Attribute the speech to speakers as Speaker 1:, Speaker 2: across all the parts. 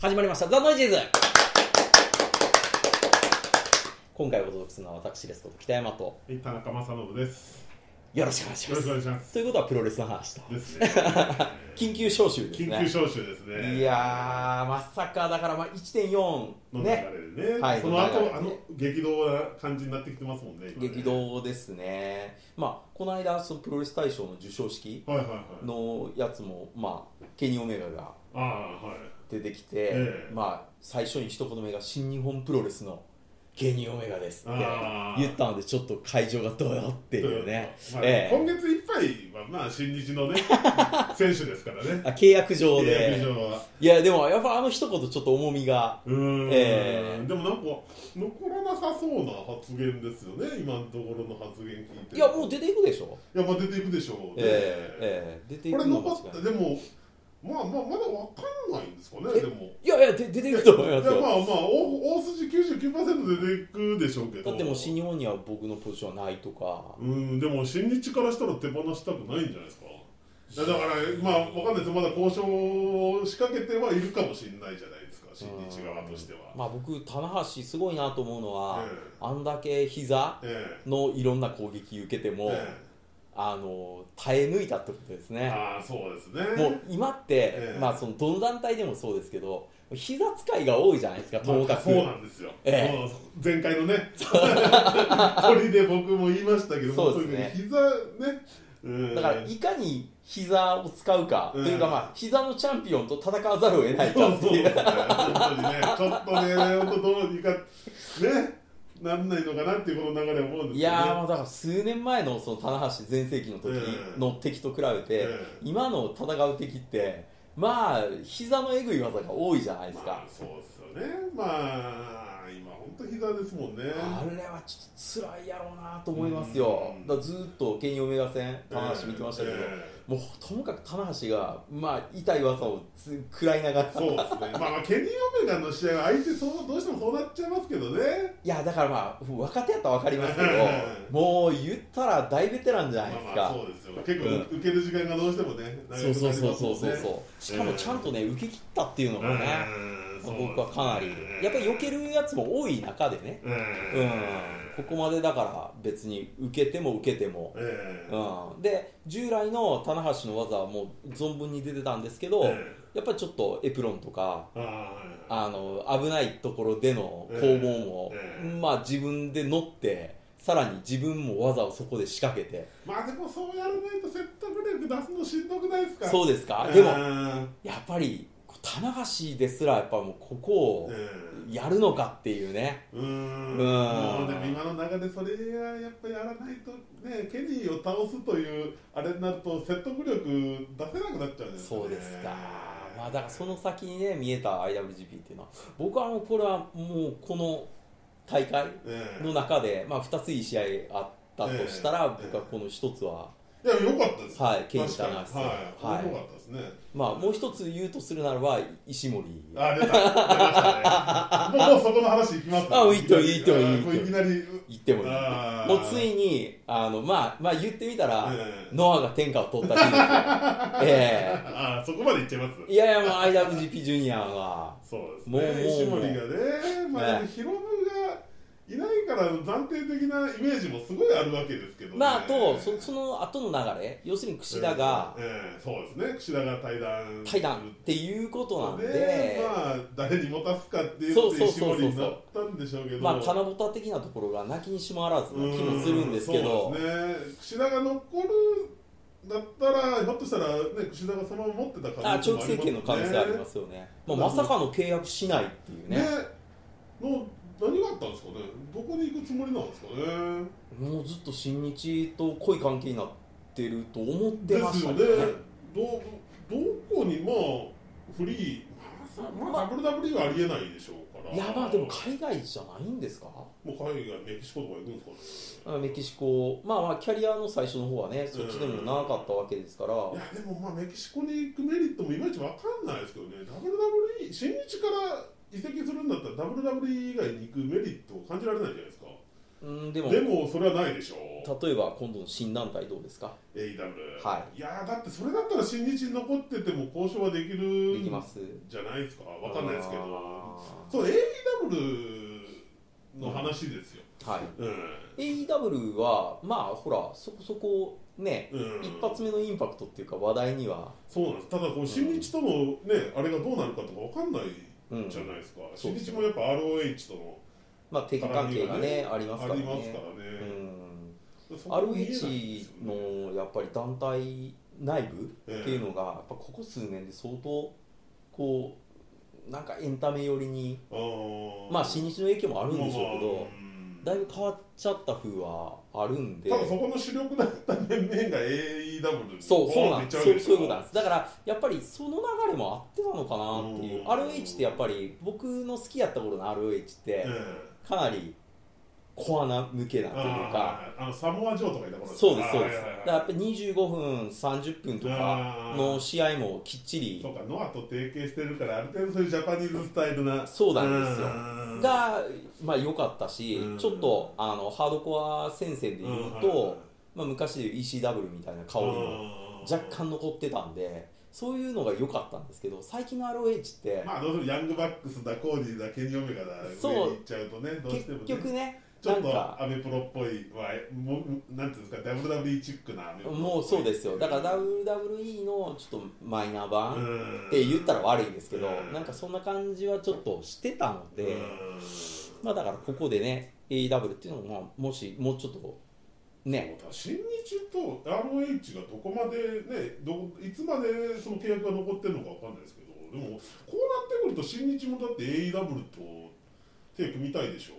Speaker 1: 始まりました「ザ・ノイジーズ」今回お届けするのは私ですこと北山と
Speaker 2: はい田中正信です。
Speaker 1: よろしくお願いし
Speaker 2: よ
Speaker 1: ま
Speaker 2: ろし
Speaker 1: す
Speaker 2: くお願いします。
Speaker 1: ということはプロレスの話と
Speaker 2: で すね。
Speaker 1: 緊急招集ですね
Speaker 2: 緊急招集ですね。
Speaker 1: いやーまさかだからまあ1.4
Speaker 2: の流
Speaker 1: ね
Speaker 2: れでね。
Speaker 1: はい
Speaker 2: その後
Speaker 1: の流れで
Speaker 2: あの激動な感じになってきてますもんね。今ね
Speaker 1: 激。動ですねまあこの間そのプロレス大賞の授賞式
Speaker 2: はいはいはい。
Speaker 1: のやつもまあケニー・オメガが
Speaker 2: ああはい。
Speaker 1: 出てきて、
Speaker 2: ええ
Speaker 1: まあ最初に一言目が「新日本プロレスのケニー・オメガです」って
Speaker 2: あー
Speaker 1: 言ったのでちょっと会場がどよっていうね、
Speaker 2: まあ
Speaker 1: ええ
Speaker 2: 今月いっぱいはまあ新 日のね選手ですからね。
Speaker 1: あ契約上
Speaker 2: 契約
Speaker 1: で
Speaker 2: 上は。
Speaker 1: いやでもやっぱあの一言ちょっと重みが
Speaker 2: うーん、
Speaker 1: ええ
Speaker 2: でもなんか残らなさそうな発言ですよね。今のところの発言聞いて。
Speaker 1: いやもう出ていくでしょ、
Speaker 2: いやまあ出ていくでしょうね。
Speaker 1: ええええ出てい
Speaker 2: これ
Speaker 1: くのが
Speaker 2: 残ってでもまあまあまだわかんないんですかね
Speaker 1: え
Speaker 2: でも
Speaker 1: いやいやで出ていくと思い
Speaker 2: いや
Speaker 1: ます
Speaker 2: まあま
Speaker 1: よ
Speaker 2: あ大大筋99%出ていくでしょうけど
Speaker 1: だってもう新日本には僕のポジションはないとか
Speaker 2: うんでも新日からしたら手放したくないんじゃないですかいやだからまあわかんないですまだ交渉を仕掛けてはいるかもしれないじゃないですか新日側としては、
Speaker 1: まあ僕棚橋すごいなと思うのは、
Speaker 2: ええ
Speaker 1: あんだけ膝
Speaker 2: ええ
Speaker 1: のいろんな攻撃受けても、
Speaker 2: え
Speaker 1: あの耐え抜いたってことです
Speaker 2: え
Speaker 1: ね。
Speaker 2: ああそうですね
Speaker 1: もう今って、
Speaker 2: ええ
Speaker 1: まあそのどの団体でもそうですけど、膝使いが多いじゃないですか。ともか
Speaker 2: まあ
Speaker 1: く、
Speaker 2: そうなんですよ、
Speaker 1: ええ
Speaker 2: もう前回の ね鳥で僕も言いましたけど
Speaker 1: そうですね
Speaker 2: とにかく膝ねうん
Speaker 1: だからいかに膝を使うか、
Speaker 2: ええ
Speaker 1: というかまあ膝のチャンピオンと戦わざるを得ない
Speaker 2: そ
Speaker 1: か
Speaker 2: う
Speaker 1: って
Speaker 2: そう
Speaker 1: い
Speaker 2: で
Speaker 1: う。
Speaker 2: すね。本当にね、ちょっとね、本当どうにかね、なんないのかなっていうこの流れは思うんで
Speaker 1: い
Speaker 2: すけど、ね。
Speaker 1: やーまあだから数年前のその棚橋全盛期の時の敵と比べて、
Speaker 2: ええ
Speaker 1: 今の戦う敵ってまあ膝のえぐい技が多いじゃないです
Speaker 2: まあ
Speaker 1: か、
Speaker 2: そうですよね。まあ今本当膝ですもんね。
Speaker 1: あ、れはちょっと辛いやろうなと思いますよ、
Speaker 2: うん
Speaker 1: だからずーっとケニー・オメガ戦棚橋見てましたけど、
Speaker 2: え
Speaker 1: もうともかく棚橋が、まあ、痛い技をつ食らいながら
Speaker 2: えそうですね。まあまあケニーオメガの試合は相手そうどうしてもそうなっちゃいますけどね。
Speaker 1: いやだからまあ若手やったら分かりますけど
Speaker 2: う
Speaker 1: もう言ったら大ベテランじゃ
Speaker 2: ま
Speaker 1: ないです
Speaker 2: あ
Speaker 1: か、
Speaker 2: まあそうですよ。結構、受ける時間がどうしてもね。
Speaker 1: そうそうそうそうそう
Speaker 2: う。
Speaker 1: そうしかもちゃんとね受け切ったっていうのがね、
Speaker 2: うんそうですね
Speaker 1: 僕はかなりやっぱり避けるやつも多い中でね
Speaker 2: うん。
Speaker 1: うんここまでだから別に受けても受けても
Speaker 2: ええ
Speaker 1: うん、で従来の棚橋の技はもう存分に出てたんですけど、
Speaker 2: え
Speaker 1: やっぱりちょっとエプロンとか
Speaker 2: えああはいはい
Speaker 1: あの危ないところでの攻防も、
Speaker 2: ええ
Speaker 1: まあ、自分で乗ってさらに自分も技をそこで仕掛けて
Speaker 2: まあでもそうやらないとセットブレイク出すのしんどくないですか
Speaker 1: そううですかでも
Speaker 2: も
Speaker 1: やっぱりこう棚橋ですらやっぱもうここを
Speaker 2: う
Speaker 1: やるのかっていうね
Speaker 2: んう
Speaker 1: う
Speaker 2: ん
Speaker 1: ん
Speaker 2: もうでも今の中でそれはやっぱりやらないとねケニーを倒すというあれになると説得力出せなくなっちゃうんですよね
Speaker 1: そうですか、まあ、だからその先にね見えた IWGP っていうのは僕はもうこれはもうこの大会
Speaker 2: ええ
Speaker 1: の中で、まあ、2ついい試合あったとしたら、
Speaker 2: ええ
Speaker 1: 僕はこの1つは、
Speaker 2: いや良かったです
Speaker 1: はいケニー
Speaker 2: 確かに
Speaker 1: 棚橋
Speaker 2: は
Speaker 1: はい
Speaker 2: い良かったですね
Speaker 1: まあ、もう1つ言うとするならば石森
Speaker 2: あ出た出ましたね もうもうそこの話いきます
Speaker 1: あいいといいといいと
Speaker 2: あこれいきなり
Speaker 1: 言ってもいい
Speaker 2: あー
Speaker 1: もうついにあの、まあ、まあ言ってみたら、
Speaker 2: ええ
Speaker 1: ノアが天下を取った日ですよ え
Speaker 2: あそこまでいっちゃいます
Speaker 1: えいやいやもう IWGP ジュニアは
Speaker 2: そうです
Speaker 1: もうも
Speaker 2: ね、
Speaker 1: う
Speaker 2: 石森がね、まあ、
Speaker 1: ね
Speaker 2: ヒロムがいないから暫定的なイメージもすごいあるわけですけど、ね、
Speaker 1: まああとそその後の流れ要するに櫛田が
Speaker 2: ええええそうですね、櫛田が対談
Speaker 1: 対談っていうことなんで、
Speaker 2: まあ、誰に持たすかっていう
Speaker 1: そ
Speaker 2: の
Speaker 1: う
Speaker 2: で
Speaker 1: そう
Speaker 2: 石
Speaker 1: そうそう
Speaker 2: 森になったんでしょうけど、
Speaker 1: まあ金ぼた的なところがなきにしもあらずな気もするんですけど
Speaker 2: うんそうですね、櫛田が残るだったら、ひょっとしたら、ね、櫛田がそのまま持ってた可能性も
Speaker 1: あ
Speaker 2: あります
Speaker 1: 長期政権の可能性ありますすよね、まあ、まさかの契約しないっていう
Speaker 2: ね。
Speaker 1: ね
Speaker 2: ねの何があったんですかね、どこに行くつもりなんですかね。
Speaker 1: もうずっと新日と濃い関係になってると思って
Speaker 2: で
Speaker 1: まし
Speaker 2: す
Speaker 1: た
Speaker 2: よ
Speaker 1: け
Speaker 2: ね
Speaker 1: どね
Speaker 2: どうどこにまあフリー、まあ、WWE はありえないでしょうから
Speaker 1: いやまあでも海外じゃないんですか
Speaker 2: もう海外メキシコとか行くんですかね
Speaker 1: あメキシコまあまあキャリアの最初の方はねそっちでも長かったわけですから、
Speaker 2: いやでもまあメキシコに行くメリットもいまいちわかんないですけどね WWE 新日から移籍するんだったら WWE 以外に行くメリットを感じられないじゃないですか
Speaker 1: うんでも
Speaker 2: でもそれはないでしょ
Speaker 1: 例えば今度の新団体どうですか
Speaker 2: AEW
Speaker 1: はい
Speaker 2: やーだってそれだったら新日に残ってても交渉はできる
Speaker 1: できます
Speaker 2: じゃないですかわかんないですけど
Speaker 1: あ
Speaker 2: そう AEW の話ですよ、
Speaker 1: ーはい
Speaker 2: うん、
Speaker 1: AEW はまあほらそこそこね、
Speaker 2: うん
Speaker 1: 一発目のインパクトっていうか話題には
Speaker 2: そうなんですただこう新日とのね、あれがどうなるかとかわかんない
Speaker 1: うん
Speaker 2: じゃないですか、
Speaker 1: そう
Speaker 2: 新日もやっぱ ROH との
Speaker 1: まあ敵関係がねありますか
Speaker 2: あ
Speaker 1: ら
Speaker 2: り
Speaker 1: ね
Speaker 2: ますから
Speaker 1: う
Speaker 2: ね、
Speaker 1: ん
Speaker 2: そこ見えないですよね
Speaker 1: ROH のやっぱり団体内部っていうのがやっぱここ数年で相当こうなんかエンタメ寄りに
Speaker 2: あー
Speaker 1: まあ新日の影響もあ
Speaker 2: まあ
Speaker 1: るんでしょうけど、
Speaker 2: うん
Speaker 1: だいぶ変わっちゃった風はあるんで
Speaker 2: ただそこの主力だった面々が AEW に
Speaker 1: そうそう
Speaker 2: バ
Speaker 1: なん
Speaker 2: ー
Speaker 1: そう
Speaker 2: ンっていっち
Speaker 1: そう
Speaker 2: ゃわけでしょ
Speaker 1: ういうことなんですだからやっぱりその流れもあってたのかなっていううん ROH ってやっぱり僕の好きやった頃の ROH って
Speaker 2: ええ
Speaker 1: かなりコアな向けなというか
Speaker 2: あーあのサモア・ジョーとかいた頃
Speaker 1: そうですそうですだ
Speaker 2: あーはいはいはい
Speaker 1: からやっぱり25分30分とかの試合もきっちり
Speaker 2: そうかノアと提携してるからある程度そういうジャパニーズスタイルな
Speaker 1: そうなんですよ
Speaker 2: うん
Speaker 1: がまあ良かったし
Speaker 2: うん
Speaker 1: ちょっとあのハードコア戦線で
Speaker 2: う
Speaker 1: 言うんとまあ昔でいう ECW みたいな香りも若干残ってたんでそういうのが良かったんですけど最近の ROH って
Speaker 2: まあどうしてもヤングバックスだコーディーだケンジ・オメガだ
Speaker 1: そう
Speaker 2: 上に行っちゃうとねどうしても
Speaker 1: 結
Speaker 2: ね
Speaker 1: 局ね
Speaker 2: ちょ
Speaker 1: な
Speaker 2: っ
Speaker 1: ん
Speaker 2: と
Speaker 1: か
Speaker 2: アメプロっぽいはもうなんていうんですか WWE チックなアメプロっぽい
Speaker 1: もうそうですよだから
Speaker 2: う
Speaker 1: WWE のちょっとマイナー版
Speaker 2: ん
Speaker 1: って言ったら悪いですけど
Speaker 2: うん
Speaker 1: なんかそんな感じはちょっとしてたので
Speaker 2: うん
Speaker 1: まあだからここでね AEW っていうのもまあもしもうちょっとね
Speaker 2: 新日と ROH がどこまでねどいつまでその契約が残ってるのかわかんないですけどでもこうなってくると新日もだって AEW と手組みたいでしょ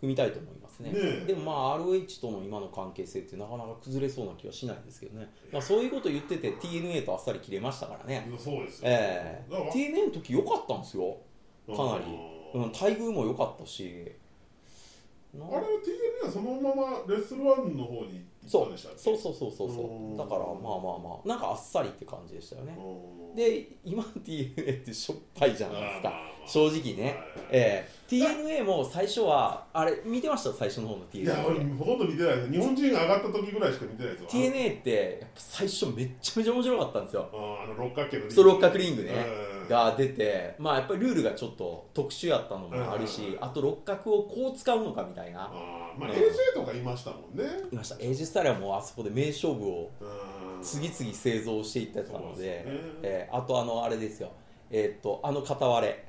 Speaker 1: 組みたいと思いますね
Speaker 2: ねえ
Speaker 1: でもまあ ROH との今の関係性ってなかなか崩れそうな気はしないんですけどねまあそういうこと言ってて TNA とあっさり切れましたからね
Speaker 2: そうですよ、
Speaker 1: ええ
Speaker 2: だから
Speaker 1: TNA の時良かったんですよ、かなり
Speaker 2: う
Speaker 1: うんん、待遇も良かったしな
Speaker 2: あれは TNA はそのままレッスルワンの方に行
Speaker 1: そ
Speaker 2: った
Speaker 1: う
Speaker 2: んでしたっけ
Speaker 1: そうそうそうそう
Speaker 2: う
Speaker 1: そ
Speaker 2: ん
Speaker 1: うだからまあまあまあなんかあっさりって感じでしたよね
Speaker 2: うん
Speaker 1: で今 TNA ってしょっぱいじゃ
Speaker 2: まあ
Speaker 1: ないです
Speaker 2: まあ
Speaker 1: か
Speaker 2: まあ
Speaker 1: 正直ね、
Speaker 2: はいはい
Speaker 1: ええ TNA も最初はあれ見てました最初の方の
Speaker 2: いや俺
Speaker 1: TNA
Speaker 2: ほとんど見てないです日本人が上がった時ぐらいしか見てないですよ
Speaker 1: TNA ってやっぱ最初めっちゃめちゃ面白かったんですよ
Speaker 2: あのあの六角形のリング
Speaker 1: スト六角リングね、
Speaker 2: うん
Speaker 1: が出てまあやっぱりルールがちょっと特殊やったのもある
Speaker 2: うんうん
Speaker 1: し
Speaker 2: うん
Speaker 1: あと六角をこう使うのかみたいな
Speaker 2: あーまあ
Speaker 1: うん
Speaker 2: AJ とかいましたもんね
Speaker 1: いましたエイジスタイルはもうあそこで名勝負を
Speaker 2: うん
Speaker 1: 次々製造していったやつなの
Speaker 2: そう
Speaker 1: で
Speaker 2: ですね
Speaker 1: えーあとあのあれですよえーっとあの片割れ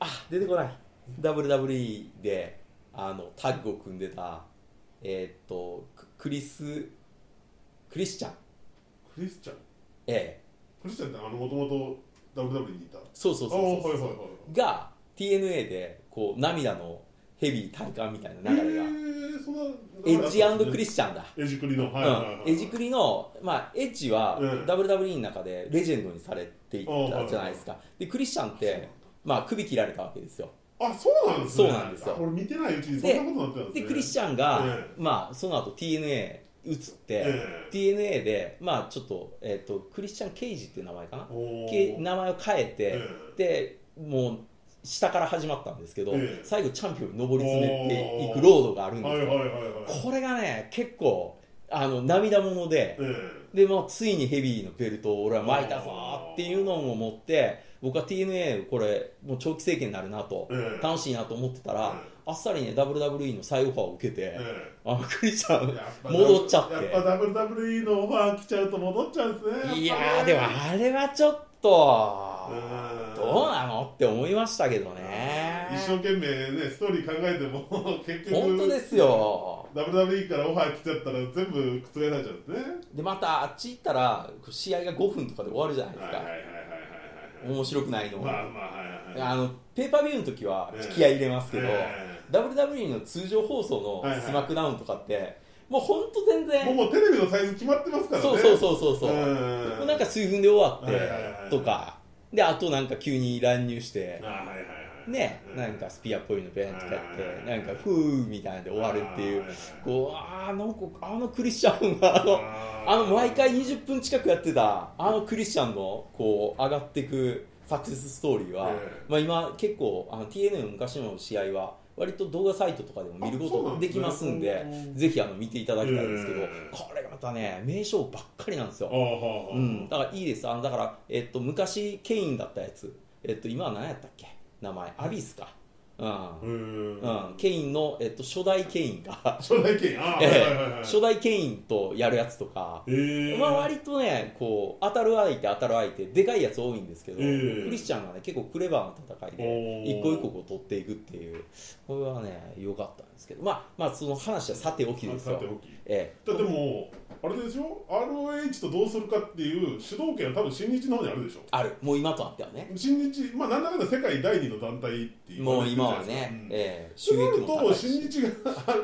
Speaker 1: あ出てこない WWE であのタッグを組んでたえーっとククリスクリスチャン
Speaker 2: クリスチャン
Speaker 1: ええ
Speaker 2: クリスチャンってあのもともと WW にいた
Speaker 1: そうそうそうそう
Speaker 2: あーはいはいはい
Speaker 1: が TNA でこう涙のヘビー体感みたいな流れが、
Speaker 2: えーそんな
Speaker 1: エッジクリ
Speaker 2: ス
Speaker 1: スチャンだ
Speaker 2: エッジクリのはいはいはい
Speaker 1: うんエジクリの、まあ、エッジは
Speaker 2: うん
Speaker 1: WWE の中でレジェンドにされていったじゃないですか、でクリスチャンっ
Speaker 2: そうなんだ
Speaker 1: て、まあ、首切られたわけですよ
Speaker 2: あそうなんですね
Speaker 1: そうなんですよ
Speaker 2: あ俺見てないうちにそんなことになってたんですね
Speaker 1: でクリスチャンが、
Speaker 2: え
Speaker 1: まあ、その後 TNA 移って、
Speaker 2: ええ
Speaker 1: TNA で、まあ、ちょっと,、えっとクリスチャン・ケイジっていう名前かな
Speaker 2: おー
Speaker 1: け名前を変えて、
Speaker 2: え
Speaker 1: でもう下から始まったんですけど、
Speaker 2: ええ
Speaker 1: 最後チャンピオンに上り詰めていくロードがあるんです
Speaker 2: はい
Speaker 1: よ、
Speaker 2: はいはいはい
Speaker 1: これがね結構あの涙もので、
Speaker 2: ええ
Speaker 1: で、まあ、ついにヘビーのベルトを俺は巻いたぞっていうのを持って僕は TNA これもう長期政権になるなと、
Speaker 2: ええ
Speaker 1: 楽しいなと思ってたら、
Speaker 2: え
Speaker 1: あっさりね WWE の再オファーを受けて、
Speaker 2: え
Speaker 1: あのクリスチャ
Speaker 2: え
Speaker 1: ン
Speaker 2: やぱ
Speaker 1: 戻っちゃって
Speaker 2: やっぱ WWE のオファー来ちゃうと戻っちゃうんですね
Speaker 1: いや
Speaker 2: っぱ
Speaker 1: ー
Speaker 2: ね
Speaker 1: でもあれはちょっと
Speaker 2: うん
Speaker 1: どうなのって思いましたけどね
Speaker 2: 一生懸命ねストーリー考えても結局
Speaker 1: 本当ですよ
Speaker 2: WWE からオファー来ちゃったら全部覆されちゃうんですね
Speaker 1: でまたあっち行ったら試合が5分とかで終わるじゃないです
Speaker 2: はい
Speaker 1: か、
Speaker 2: はいはいはいはい
Speaker 1: 面白くないのも、
Speaker 2: まあまあはいはい
Speaker 1: あのペーパービューの時は引き合い入れますけど、
Speaker 2: え
Speaker 1: WWE の通常放送
Speaker 2: はい
Speaker 1: の
Speaker 2: はい
Speaker 1: スマックダウンとかって、もうほんと全
Speaker 2: え
Speaker 1: 然
Speaker 2: もうもうテレビのサイズ決まってますからね
Speaker 1: そうそうそうそうそう、
Speaker 2: うん
Speaker 1: なんか数分で終わって、
Speaker 2: はいはいはいはい
Speaker 1: とかであとなんか急に乱入して
Speaker 2: あ、はいはいはい
Speaker 1: ね
Speaker 2: う
Speaker 1: なんかスピアっぽいのベンとかやって、
Speaker 2: はいはいはい
Speaker 1: なんかフーみたいなんで終わるっていう、
Speaker 2: はいはいはい
Speaker 1: こうあーなんかあのクリスチャンがあのあの毎回20分近くやってたあのクリスチャンのこう上がってくサクセスストーリーは、
Speaker 2: ええ
Speaker 1: まあ、今結構あの TNA の昔の試合は割と動画サイトとかでも見るこ
Speaker 2: あそうな
Speaker 1: と
Speaker 2: んで
Speaker 1: です
Speaker 2: ね
Speaker 1: きますんで
Speaker 2: うん
Speaker 1: ぜひあの見ていただきたいんですけど、
Speaker 2: ええ
Speaker 1: これがまたね名称ばっかりなんです
Speaker 2: あ
Speaker 1: よ
Speaker 2: あ、はあ、
Speaker 1: うん、だ
Speaker 2: はあ
Speaker 1: からいいですあのだから、えっと、昔ケインだったやつ、えっと、今は何やったっけ名前アビスか、
Speaker 2: へ
Speaker 1: う
Speaker 2: え
Speaker 1: んうん、ケインの、えっと、初代ケインが
Speaker 2: 初代権あ あ、
Speaker 1: ええ
Speaker 2: はいはいはい
Speaker 1: 初代ケインとやるやつとか、
Speaker 2: ええ
Speaker 1: まあ、割とねこう当たる相手当たる相手でかいやつ多いんですけど、
Speaker 2: ええ
Speaker 1: クリスチャンがね結構クレバーな戦いで
Speaker 2: おー
Speaker 1: 一個一個こう取っていくっていうこれはね良かったんですけどまあまあその話はさておきです
Speaker 2: さ
Speaker 1: よ
Speaker 2: ておき
Speaker 1: ええ
Speaker 2: だってもうあれでしょ ROH とどうするかっていう主導権は多分新日の方にあるでしょ
Speaker 1: あるもう今となってはね
Speaker 2: 新日まあ何らかの世界第二の団体っていう
Speaker 1: もう今はね、ええ収
Speaker 2: そうな
Speaker 1: 益
Speaker 2: る
Speaker 1: も高
Speaker 2: と
Speaker 1: いし
Speaker 2: 新日が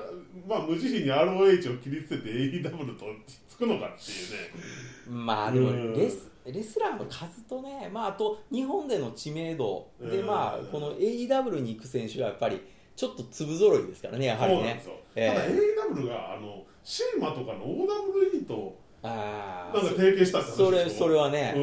Speaker 2: まあ無慈悲に ROH を切り捨てて AEW とつくのかっていうね
Speaker 1: まあでも
Speaker 2: うん
Speaker 1: レスレスラーの数とね、まあ、あと日本での知名度で、
Speaker 2: うん
Speaker 1: まあ、この AEW に行く選手はやっぱりちょっと粒揃いですからね、やはり
Speaker 2: そうなんで
Speaker 1: ね
Speaker 2: す。よ、
Speaker 1: え
Speaker 2: ただ AEW があのシーマとかの OWE と
Speaker 1: あ
Speaker 2: なん
Speaker 1: ー
Speaker 2: か提携したって話でし
Speaker 1: そ
Speaker 2: ょ
Speaker 1: れそれは
Speaker 2: うん
Speaker 1: ね、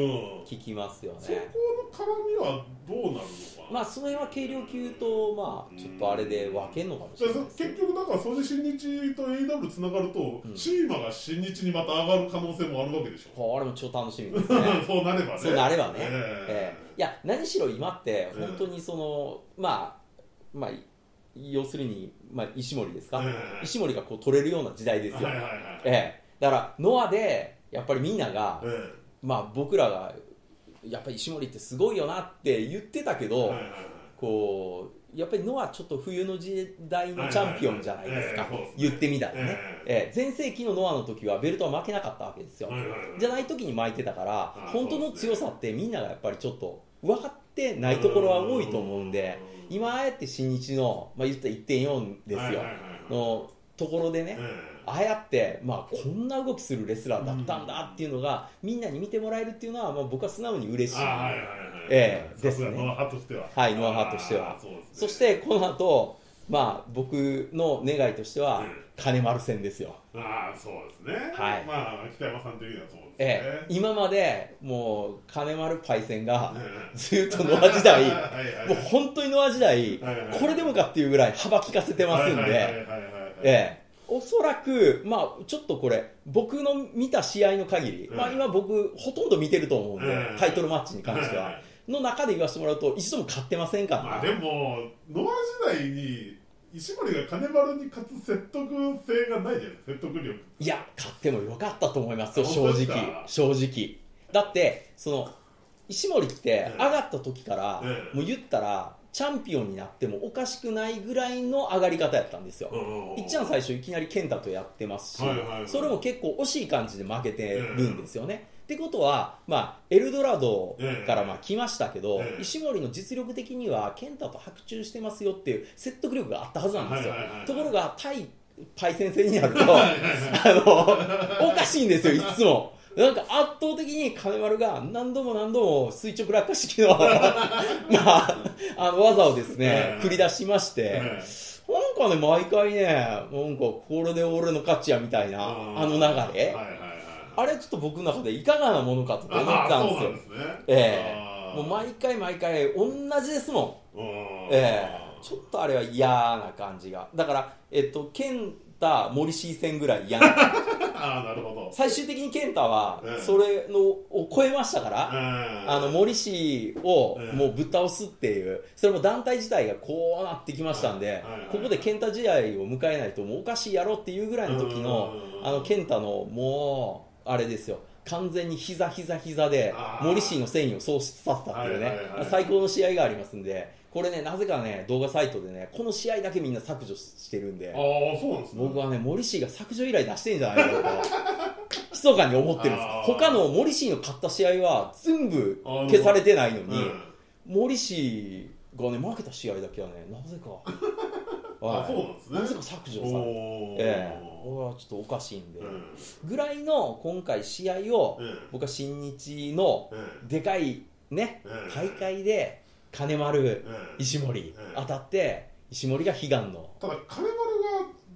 Speaker 1: 聞きますよ
Speaker 2: そこ
Speaker 1: ね。
Speaker 2: の絡みはどうなるのかな
Speaker 1: まあ、その辺は軽量級と、まあ、ちょっとあれで分けんのかもし
Speaker 2: だ
Speaker 1: れ
Speaker 2: か
Speaker 1: ない
Speaker 2: ら
Speaker 1: で
Speaker 2: そ
Speaker 1: すね
Speaker 2: 結局だからそれで新日と AW つながると、
Speaker 1: うん
Speaker 2: シーマが新日にまた上がる可能性もあるわけでしょ、。
Speaker 1: これも超楽しみですね
Speaker 2: そうなればね
Speaker 1: そうなればね、え
Speaker 2: え
Speaker 1: えいや何しろ今って本当にその、まあまあ要するに、まあ、石森ですか、
Speaker 2: ええ
Speaker 1: 石森がこう取れるような時代ですよ、
Speaker 2: はいはいはい、え
Speaker 1: ええだからノアでやっぱりみんなが、
Speaker 2: え
Speaker 1: まあ僕らがやっぱり石森ってすごいよなって言ってたけど、
Speaker 2: はいはいはい
Speaker 1: こうやっぱりノアちょっと冬の時代のチャンピオンじゃないですか、
Speaker 2: はいはいはいええそうですね
Speaker 1: 言ってみたらね、
Speaker 2: え
Speaker 1: ええ全盛期のノアの時はベルトは負けなかったわけですよ、
Speaker 2: はいはいはい
Speaker 1: じゃない時に巻いてたから、
Speaker 2: ああ
Speaker 1: 本当の強さってみんながやっぱりちょっと分かってないところは多いと思うんで、
Speaker 2: うん
Speaker 1: 今あえて新日の、まあ、言ったら1.4ですよ、
Speaker 2: はいはいはいはい
Speaker 1: のところでね、
Speaker 2: ええ
Speaker 1: ああやって、まあ、こんな動きするレスラーだったんだっていうのが、みんなに見てもらえるっていうのは、まあ、僕は素直に嬉しい。
Speaker 2: あはいはいはいはい
Speaker 1: ええ
Speaker 2: さすが
Speaker 1: ですね
Speaker 2: ノア派としては
Speaker 1: はいノア派としては
Speaker 2: あそうですね
Speaker 1: そしてこの後、まあ僕の願いとしては
Speaker 2: うん
Speaker 1: 金丸戦ですよ。
Speaker 2: ああそうですね
Speaker 1: はい
Speaker 2: まあ北山さん的にはそうですね
Speaker 1: ええ、今までもう金丸パイセンが
Speaker 2: ええ
Speaker 1: ずっとノア時代、
Speaker 2: はいはい
Speaker 1: もう本当にノア時代
Speaker 2: はいはい、
Speaker 1: これでもかっていうぐらい幅利かせてますん
Speaker 2: はいはいはい
Speaker 1: で、
Speaker 2: はいはいはい
Speaker 1: ええ、おそらく、まあ、ちょっとこれ、僕の見た試合の限り、
Speaker 2: うん
Speaker 1: まあ今、僕、ほとんど見てると思うんで
Speaker 2: う、ん
Speaker 1: タイトルマッチに関しては、の中で言わせてもらうと、一度も勝ってませんから、
Speaker 2: まあでもノア時代に石森が金丸に勝つ説得性がないじゃない説得力
Speaker 1: いや、勝ってもよかったと思いますよ、
Speaker 2: あ
Speaker 1: 正
Speaker 2: 本当で
Speaker 1: 直
Speaker 2: すか。
Speaker 1: 正直。だって、その、石森って
Speaker 2: ええ
Speaker 1: 上がった時から、
Speaker 2: ええ
Speaker 1: もう言ったら、チャンピオンになってもおかしくないぐらいの上がり方やったんですよ。いっちゃん最初いきなり健太とやってますし、
Speaker 2: はいはいはい
Speaker 1: それも結構惜しい感じで負けてるんですよね。ってことは、まあ、エルドラドからまあ来ましたけど、
Speaker 2: ええ
Speaker 1: 石森の実力的には健太と白昼してますよっていう説得力があったはずなんですよ。
Speaker 2: はいはいはい
Speaker 1: ところが対パイ先生にな ると、あのおかしいんですよ、いつも。なんか圧倒的に金丸が何度も何度も垂直落下 式のまああの技をですね
Speaker 2: ええ
Speaker 1: 繰り出しまして、
Speaker 2: ええ
Speaker 1: なんかね、毎回ね、なんか、これで俺の勝ちやみたいな、
Speaker 2: うん
Speaker 1: あの流れ、
Speaker 2: はいはいはい
Speaker 1: あれちょっと僕の中でいかがなものかと思っ
Speaker 2: あ
Speaker 1: たんで
Speaker 2: そう
Speaker 1: す
Speaker 2: な
Speaker 1: よ
Speaker 2: ん。ですね
Speaker 1: え
Speaker 2: あ
Speaker 1: え
Speaker 2: ー
Speaker 1: もう毎回毎回、同じですもん。
Speaker 2: うん
Speaker 1: ええちょっとあれは嫌な感じが。だから、えっと、健太、森 C 戦ぐらい嫌 な。
Speaker 2: ああなるほど
Speaker 1: 最終的に健太は
Speaker 2: う、ん
Speaker 1: それのを超えましたから、あ
Speaker 2: あ
Speaker 1: の森氏を
Speaker 2: ええ
Speaker 1: もうぶっ倒すっていう、それも団体自体がこうなってきましたんで
Speaker 2: はいはいはい、
Speaker 1: ここで健太試合を迎えないともうおかしいやろっていうぐらいの時の
Speaker 2: う、ん
Speaker 1: あの健太のもう、あれですよ、完全に膝膝膝で
Speaker 2: あ、ー
Speaker 1: 森氏の戦意を喪失させたっていう
Speaker 2: は
Speaker 1: ね
Speaker 2: いはいは、い
Speaker 1: 最高の試合がありますんで、これね、なぜかね、動画サイトでね、この試合だけみんな削除してるん
Speaker 2: あ
Speaker 1: で、
Speaker 2: ーそうなんですね
Speaker 1: 僕はね、森氏が削除依頼出してんじゃないかと、 密かに思ってるんです
Speaker 2: あ。ー
Speaker 1: 他の森氏の勝った試合は全部
Speaker 2: あー
Speaker 1: 消されてないの
Speaker 2: うん
Speaker 1: に、森氏がね、負けた試合だけはね、な ぜか、
Speaker 2: あ
Speaker 1: は
Speaker 2: そう
Speaker 1: い
Speaker 2: なんですね
Speaker 1: なぜか削除されて、
Speaker 2: おー
Speaker 1: ええ僕はちょっとおかしいんで、
Speaker 2: うん
Speaker 1: ぐらいの今回、試合を、
Speaker 2: うん
Speaker 1: 僕は新日の
Speaker 2: うん
Speaker 1: でかいね、
Speaker 2: うん
Speaker 1: 大会で金丸、
Speaker 2: うん
Speaker 1: 石森
Speaker 2: うん
Speaker 1: 当たって、石森が悲願の。
Speaker 2: ただ金丸が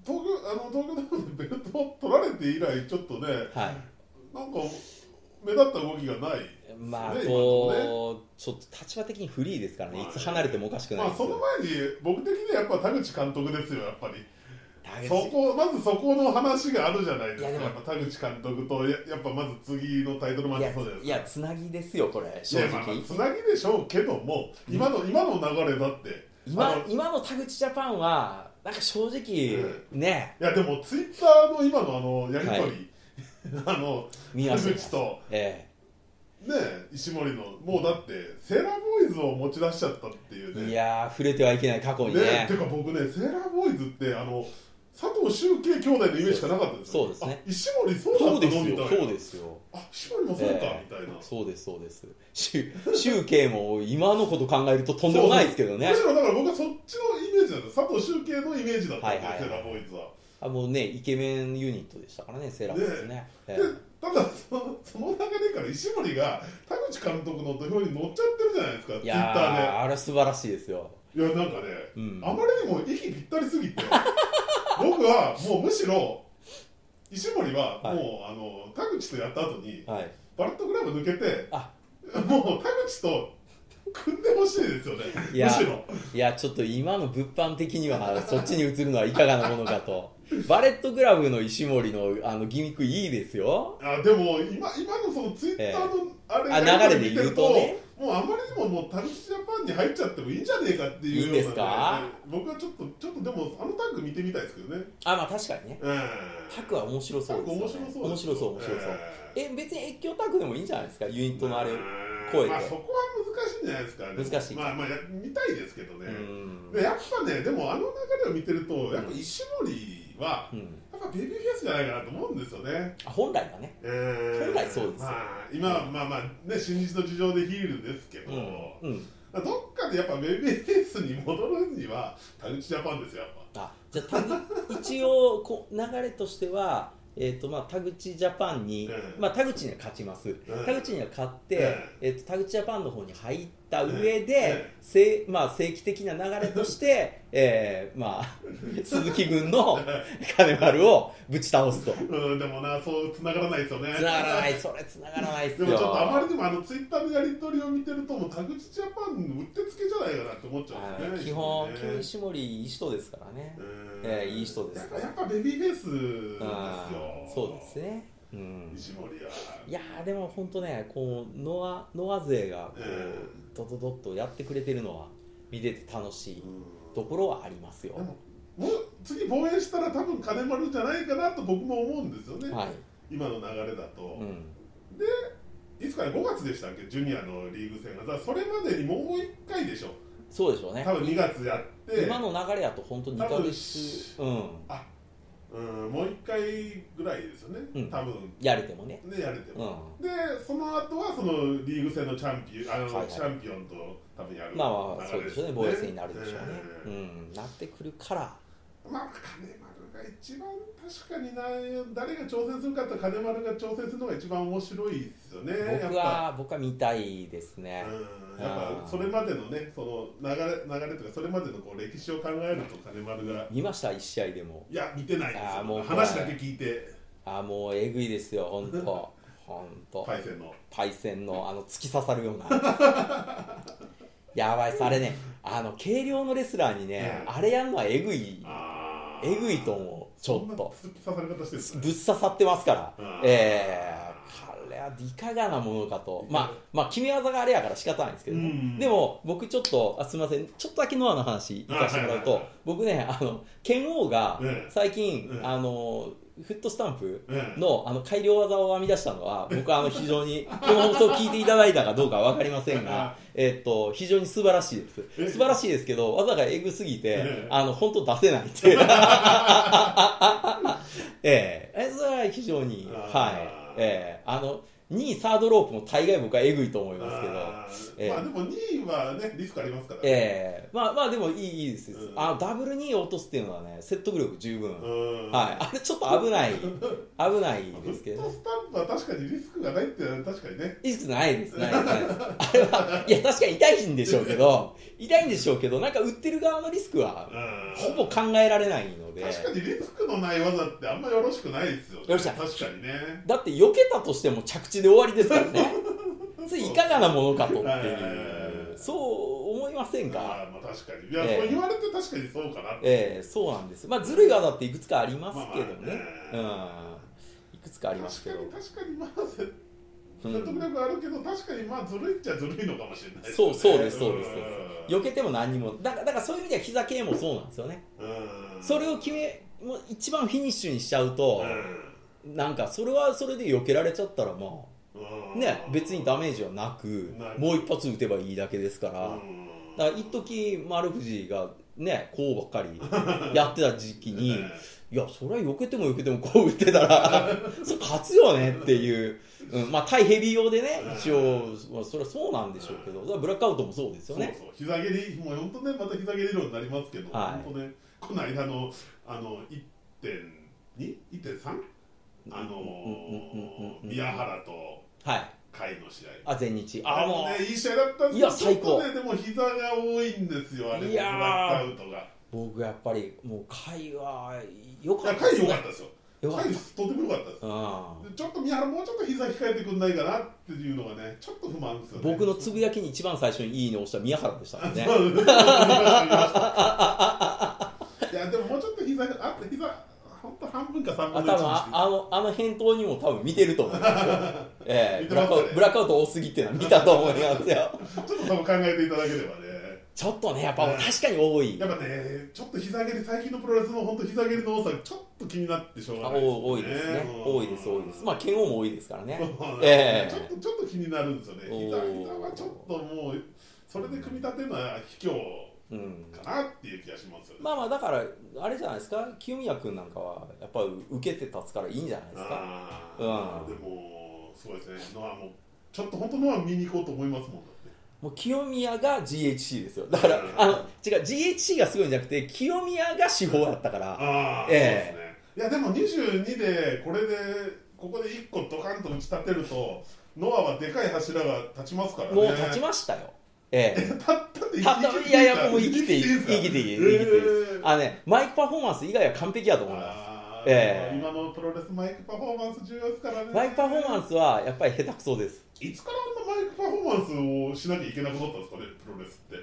Speaker 2: 東京あの東京ドームでベルトを取られて以来ちょっとね
Speaker 1: はい
Speaker 2: なんか目立った動きがない
Speaker 1: まあ、
Speaker 2: ね
Speaker 1: と、ちょっと立場的にフリーですからね、
Speaker 2: はい
Speaker 1: いつ離れてもおかしくない
Speaker 2: ま
Speaker 1: で
Speaker 2: あ、
Speaker 1: す
Speaker 2: その前に僕的にはやっぱ田口監督ですよ、やっぱり。
Speaker 1: だけ
Speaker 2: そ
Speaker 1: ど
Speaker 2: こまずそこの話があるじゃないですか、
Speaker 1: いやでも
Speaker 2: やっぱ田口監督とや、やっぱまず次のタイトルマ
Speaker 1: い
Speaker 2: ッ
Speaker 1: や
Speaker 2: チ、そうじゃな
Speaker 1: い
Speaker 2: いです
Speaker 1: や
Speaker 2: か。
Speaker 1: つなぎですよ、これ、正直。
Speaker 2: いやまあまあつなぎでしょうけども、今の今の流れだって、あ
Speaker 1: 今
Speaker 2: のい
Speaker 1: 今の田口ジャパンは、なんか正直、ね、
Speaker 2: やでも、ツイッターの今のあのやり
Speaker 1: は
Speaker 2: 取り、 あの
Speaker 1: 見
Speaker 2: 田
Speaker 1: ま
Speaker 2: 口
Speaker 1: した。
Speaker 2: と、
Speaker 1: え
Speaker 2: ね、石森の、もうだって、セーラーボーイズを持ち出しちゃったっていう
Speaker 1: え
Speaker 2: ね。
Speaker 1: いやー、触れてはいけない過去にね。
Speaker 2: ね、てか僕ね、セーラーボーイズってあの佐藤周慶兄弟のイメージしかなかったんですよ。
Speaker 1: そうですね
Speaker 2: あ石森そうだ
Speaker 1: そ
Speaker 2: っ
Speaker 1: う
Speaker 2: た
Speaker 1: で
Speaker 2: の
Speaker 1: す
Speaker 2: みた
Speaker 1: よ、そ
Speaker 2: いな。
Speaker 1: うですよ。
Speaker 2: あ石森もそうか、みたいな。
Speaker 1: そうです、そうです。しゅ 集計も今のこと考えるととんでもないですけどね
Speaker 2: む。しろだから僕はそっちのイメージなんですよ。佐藤周慶のイメージだったん
Speaker 1: は
Speaker 2: で、
Speaker 1: いはいはい
Speaker 2: セーラーボーイズは。
Speaker 1: あもうね、イケメンユニットでしたからね、セーラーですね。え
Speaker 2: でただそのその流れから石森が田口監督の土俵に乗っちゃってるじゃないですか、
Speaker 1: え
Speaker 2: ツ
Speaker 1: い
Speaker 2: イ
Speaker 1: や
Speaker 2: ッターで
Speaker 1: ー、あれは素晴らしいですよ。。
Speaker 2: いや、なんかね、
Speaker 1: うん
Speaker 2: あまりにも息ぴったりすぎて、 僕はもうむしろ、石森はもう、あの田口とやった後に、
Speaker 1: はい。
Speaker 2: バレットグラブ抜けて、
Speaker 1: あ
Speaker 2: もう田口と組んでほしいですよね、
Speaker 1: いや
Speaker 2: むしろ。
Speaker 1: いや、ちょっと今の物販的には、そっちに移るのはいかがなものかと。 バレットグラブの石森のあのギミックいいですよ。
Speaker 2: あでも今、今のそのツイッターのあれ,、
Speaker 1: あ流れで言うとね、
Speaker 2: もうあまりにももう田口ジャパンに入っちゃってもいいんじゃねえかっていうような、ね、
Speaker 1: いいんですか
Speaker 2: 僕はちょっと、ちょっとでも、あのタッグ見てみたいですけどね。
Speaker 1: あ、まあ確かにね。
Speaker 2: うん
Speaker 1: タクは面白そうですよ、ね。
Speaker 2: 面白そうですよ
Speaker 1: 面白そう、面白そう。え、別に越境タクでもいいんじゃないですか、ユニットのあれ。う声
Speaker 2: 声
Speaker 1: で
Speaker 2: まあ、そこは難しいんじゃないですか、でも
Speaker 1: 難しい
Speaker 2: まあまあや見たいですけどね、
Speaker 1: ん
Speaker 2: で。やっぱねでもあの流れを見てるとやっぱ石森は
Speaker 1: うん。
Speaker 2: やっぱベビーフェイスじゃないかなと思うんですよね。
Speaker 1: あ本来はね。
Speaker 2: えー
Speaker 1: 本来そうですよ
Speaker 2: まあ、今はまあまあね新日の事情でヒールですけど、
Speaker 1: うん。うん。
Speaker 2: どっかでやっぱベビーフェイスに戻るには田口ジャパンですよやっぱ。
Speaker 1: あじゃあ 田口一応こう流れとしては、えーとまあ、田口ジャパンに、
Speaker 2: うん
Speaker 1: まあ、田口には勝ちます、田口には勝って、えー、と田口ジャパンの方に入った上で、せいまあ、正規的な流れとして、 えーまあ、鈴木軍の金丸をぶち倒すと。
Speaker 2: うんでもなそう繋がらないですよね。
Speaker 1: つながらない、それつながらないっす
Speaker 2: で
Speaker 1: よ。
Speaker 2: もちょっとあまりにもあのツイッターのやり取りを見てるともう田口ジャパンうってつけじゃないかなって思っちゃうんですよ
Speaker 1: はい基本、
Speaker 2: ね。ね
Speaker 1: 基本石森、いい人ですからね。
Speaker 2: うん
Speaker 1: ええいい人です
Speaker 2: やっぱやっぱベビーフェイスですよ
Speaker 1: あーそうですね。うん
Speaker 2: 石森はい
Speaker 1: やーでも本当ねこうノアノア勢がこう、
Speaker 2: うん
Speaker 1: ドドドッとやってくれてるのは見てて楽しい
Speaker 2: うん
Speaker 1: ところはありますよ
Speaker 2: で、ももう次防衛したら多分金丸じゃないかなと僕も思うんですよね、
Speaker 1: はい、
Speaker 2: 今の流れだと
Speaker 1: う、ん、
Speaker 2: いつから5月でしたっけジュニアのリーグ戦がだからそれまでにもう1回でしょ
Speaker 1: そうでしょうね
Speaker 2: 多分2月やって
Speaker 1: 今の流れだと本当に2
Speaker 2: 多
Speaker 1: ヶ
Speaker 2: 分
Speaker 1: 月、うん、
Speaker 2: うんもう1回ぐらいですよね、
Speaker 1: うん
Speaker 2: 多分
Speaker 1: やれてもね、
Speaker 2: ねやれて
Speaker 1: う
Speaker 2: も、
Speaker 1: ん、
Speaker 2: でその後はそのリーグ戦のチャンピオンあの、
Speaker 1: はいはい
Speaker 2: チャンピオンと多分やる
Speaker 1: まあまあまあそう
Speaker 2: 流れ
Speaker 1: でしょうね防衛戦になるでしょうね、
Speaker 2: う
Speaker 1: うんん、なってくるから
Speaker 2: まあ金丸が一番確かにな誰が挑戦するかって金丸が挑戦するのが一番面白いですよねやっ
Speaker 1: 僕
Speaker 2: ぱ
Speaker 1: は僕は見たいですね、
Speaker 2: うんやっぱそれまでのねその流れ流れとかそれまでのこう歴史を考えると金丸が
Speaker 1: 見ました1試合でも
Speaker 2: いや見てないで
Speaker 1: あ
Speaker 2: す
Speaker 1: ーも
Speaker 2: よ
Speaker 1: う
Speaker 2: 話だけ聞いて
Speaker 1: あーもうえぐいですよ本当 本当
Speaker 2: パイセンの
Speaker 1: パイセンのあの突き刺さるような やばいっすあれねあの軽量のレスラーにね、
Speaker 2: うん
Speaker 1: あれやるのはえぐい
Speaker 2: あー
Speaker 1: えぐいと思うちょっと
Speaker 2: そんな突き刺され方してるんです
Speaker 1: ぶっ
Speaker 2: ね
Speaker 1: 刺さってますから
Speaker 2: うん
Speaker 1: ええこれはいかがなものかとまあまあ決め技があれやから仕方ないんですけど、
Speaker 2: うん
Speaker 1: でも僕ちょっとあすみませんちょっとだけノアの話行かせてもらう
Speaker 2: あ
Speaker 1: と、
Speaker 2: はいはいはい
Speaker 1: 僕ねあの剣王が
Speaker 2: うん
Speaker 1: 最近、
Speaker 2: うん
Speaker 1: あのフットスタンプ
Speaker 2: うん
Speaker 1: のあの改良技を編み出したのは 僕はあの非常にこの放送を聞いていただいたかどうかは分かりませんが、えっと非常に素晴らしいです
Speaker 2: え
Speaker 1: 素晴らしいですけど技がえぐすぎ
Speaker 2: ええ
Speaker 1: てあの本当出せないっていう えええそれは非常に
Speaker 2: あー
Speaker 1: はいええあの2位サードロープも大概僕はえぐいと思いますけどえ
Speaker 2: あー
Speaker 1: え
Speaker 2: まあでも2位はねリスクありますからね
Speaker 1: ええまあまあでもいいいいです、
Speaker 2: うん
Speaker 1: あのダブル2位を落とすっていうのはね説得力十分、
Speaker 2: うん
Speaker 1: はい、あれちょっと危ない危ないですけど
Speaker 2: フットスタンプは確かにリスクがないっていうのは確かにね
Speaker 1: いくつないです、ないです、ないです。あれは、いや、確かに痛いんでしょうけど、痛いんでしょうけど、なんか売ってる側のリスクは、ほぼ考えられないので、
Speaker 2: 確かにリスクのない技ってあんまよろしくないですよね
Speaker 1: よろしくない
Speaker 2: 確かにね
Speaker 1: だって、避けたとしても着地で終わりですからね。
Speaker 2: そう
Speaker 1: それいかがなものかとって
Speaker 2: はいはいはい
Speaker 1: い
Speaker 2: は
Speaker 1: う
Speaker 2: い
Speaker 1: そう思いませんか
Speaker 2: あーまあ確かにいや、
Speaker 1: ええ
Speaker 2: そう言われて確かにそうかなって
Speaker 1: ええそうなんですまあずるい技っていくつかありますけどね,、
Speaker 2: まあ
Speaker 1: うんいくつかありますけど
Speaker 2: 確かに確かにまあせ
Speaker 1: うん
Speaker 2: 説得力あるけど、確かにまあずるいっちゃずるいのかもしれない
Speaker 1: そうそうですそうです
Speaker 2: ん
Speaker 1: そう避けても何にもだからだからそういう意味では膝系もそうなんですよね
Speaker 2: うん
Speaker 1: それを決めもう一番フィニッシュにしちゃうと、なんかそれはそれで避けられちゃったらま
Speaker 2: うん
Speaker 1: あ
Speaker 2: うん
Speaker 1: ね別にダメージはなく
Speaker 2: ない
Speaker 1: もう一発打てばいいだけですか
Speaker 2: う
Speaker 1: ら、
Speaker 2: ん
Speaker 1: だから一時丸藤がねこうばっかりやってた時期に いやそれは避けても避けてもこう打ってたら それ勝つよねっていう、うん、まあ対ヘビー用でね一応、まあ、それはそうなんでしょうけどだからブラックアウトもそうですよね
Speaker 2: そうそう膝蹴りもう本当ねまた膝蹴り論になりますけど、
Speaker 1: はい
Speaker 2: 本当ねこの間のあの1.2?1.3? あ
Speaker 1: うん
Speaker 2: の
Speaker 1: うんうんうんうん
Speaker 2: 宮原と
Speaker 1: はい
Speaker 2: 甲斐の試合
Speaker 1: あ全日あ
Speaker 2: あ
Speaker 1: もう
Speaker 2: のねいい試合だったんですけど
Speaker 1: いや最高
Speaker 2: ちょっとねでも膝が多いんですよあれ
Speaker 1: い
Speaker 2: ブ
Speaker 1: やー
Speaker 2: ラックアウトが
Speaker 1: 僕やっぱりもう会は良
Speaker 2: い
Speaker 1: か
Speaker 2: や
Speaker 1: っ
Speaker 2: 甲
Speaker 1: た
Speaker 2: 斐良かったですよ
Speaker 1: 良か
Speaker 2: 甲
Speaker 1: った
Speaker 2: 斐とても良かったです
Speaker 1: う
Speaker 2: でちょっと宮原もうちょっと膝控えてくんないかなっていうのがねちょっと不満ですよ
Speaker 1: ん、
Speaker 2: ね
Speaker 1: 僕のつぶやきに一番最初にいいねを押した宮原でしたもんね
Speaker 2: そうですねいやでももうちょっと膝あって膝本当半分か三
Speaker 1: あ多
Speaker 2: 分の一
Speaker 1: 分
Speaker 2: にし
Speaker 1: あ
Speaker 2: て
Speaker 1: あのあの返答にも多分見てると思 いますよ、ええ
Speaker 2: 見
Speaker 1: ブ
Speaker 2: て
Speaker 1: ラ
Speaker 2: ま
Speaker 1: ッ
Speaker 2: す
Speaker 1: クアウトブ
Speaker 2: かね
Speaker 1: ラックアウト多すぎっていうのは見たと思いますよ
Speaker 2: ちょっと多分考えていただければね
Speaker 1: ちょっとねやっぱ確かに多い
Speaker 2: やっぱねちょっと膝蹴り最近のプロレスの本当膝蹴りの多さがちょっと気になってしょうがない
Speaker 1: お多いですね
Speaker 2: うん
Speaker 1: 多いです多いですまあ剣王も多いですからね
Speaker 2: そうなんです
Speaker 1: え
Speaker 2: ねちょっ
Speaker 1: え
Speaker 2: とちょっと気になるんですよね
Speaker 1: おー
Speaker 2: 膝膝はちょっともうそれで組み立てるのは卑怯
Speaker 1: うん
Speaker 2: かなっていう気がしますよね
Speaker 1: まあまあだからあれじゃないですか清宮君なんかはやっぱ受けて立つからいいんじゃないですか
Speaker 2: あ
Speaker 1: うん
Speaker 2: ーでもそうですねノアもちょっと本当ノア見に行こうと思いますもんだって
Speaker 1: もう清宮が GHC ですよだからあの違う GHC がすごいんじゃなくて清宮が司法やったから
Speaker 2: ああ、
Speaker 1: え
Speaker 2: そうですねいやでも22でこれでここで1個ドカンと打ち立てるとノアはでかい柱が立ちますからね
Speaker 1: もう立ちましたよええ
Speaker 2: 立ったって
Speaker 1: たったいやいやもう生きていい生
Speaker 2: ですか
Speaker 1: きていい
Speaker 2: え
Speaker 1: 生きていいです
Speaker 2: ー
Speaker 1: あのねマイクパフォーマンス以外は完璧だと思いま
Speaker 2: あー
Speaker 1: ええ
Speaker 2: 今のプロレスマイクパフォーマンス重要ですからね
Speaker 1: すマイクパフォーマンスはやっぱり下手くそです
Speaker 2: いつからあんなマイクパフォーマンスをしなきゃいけなくなったんですかねプロレスって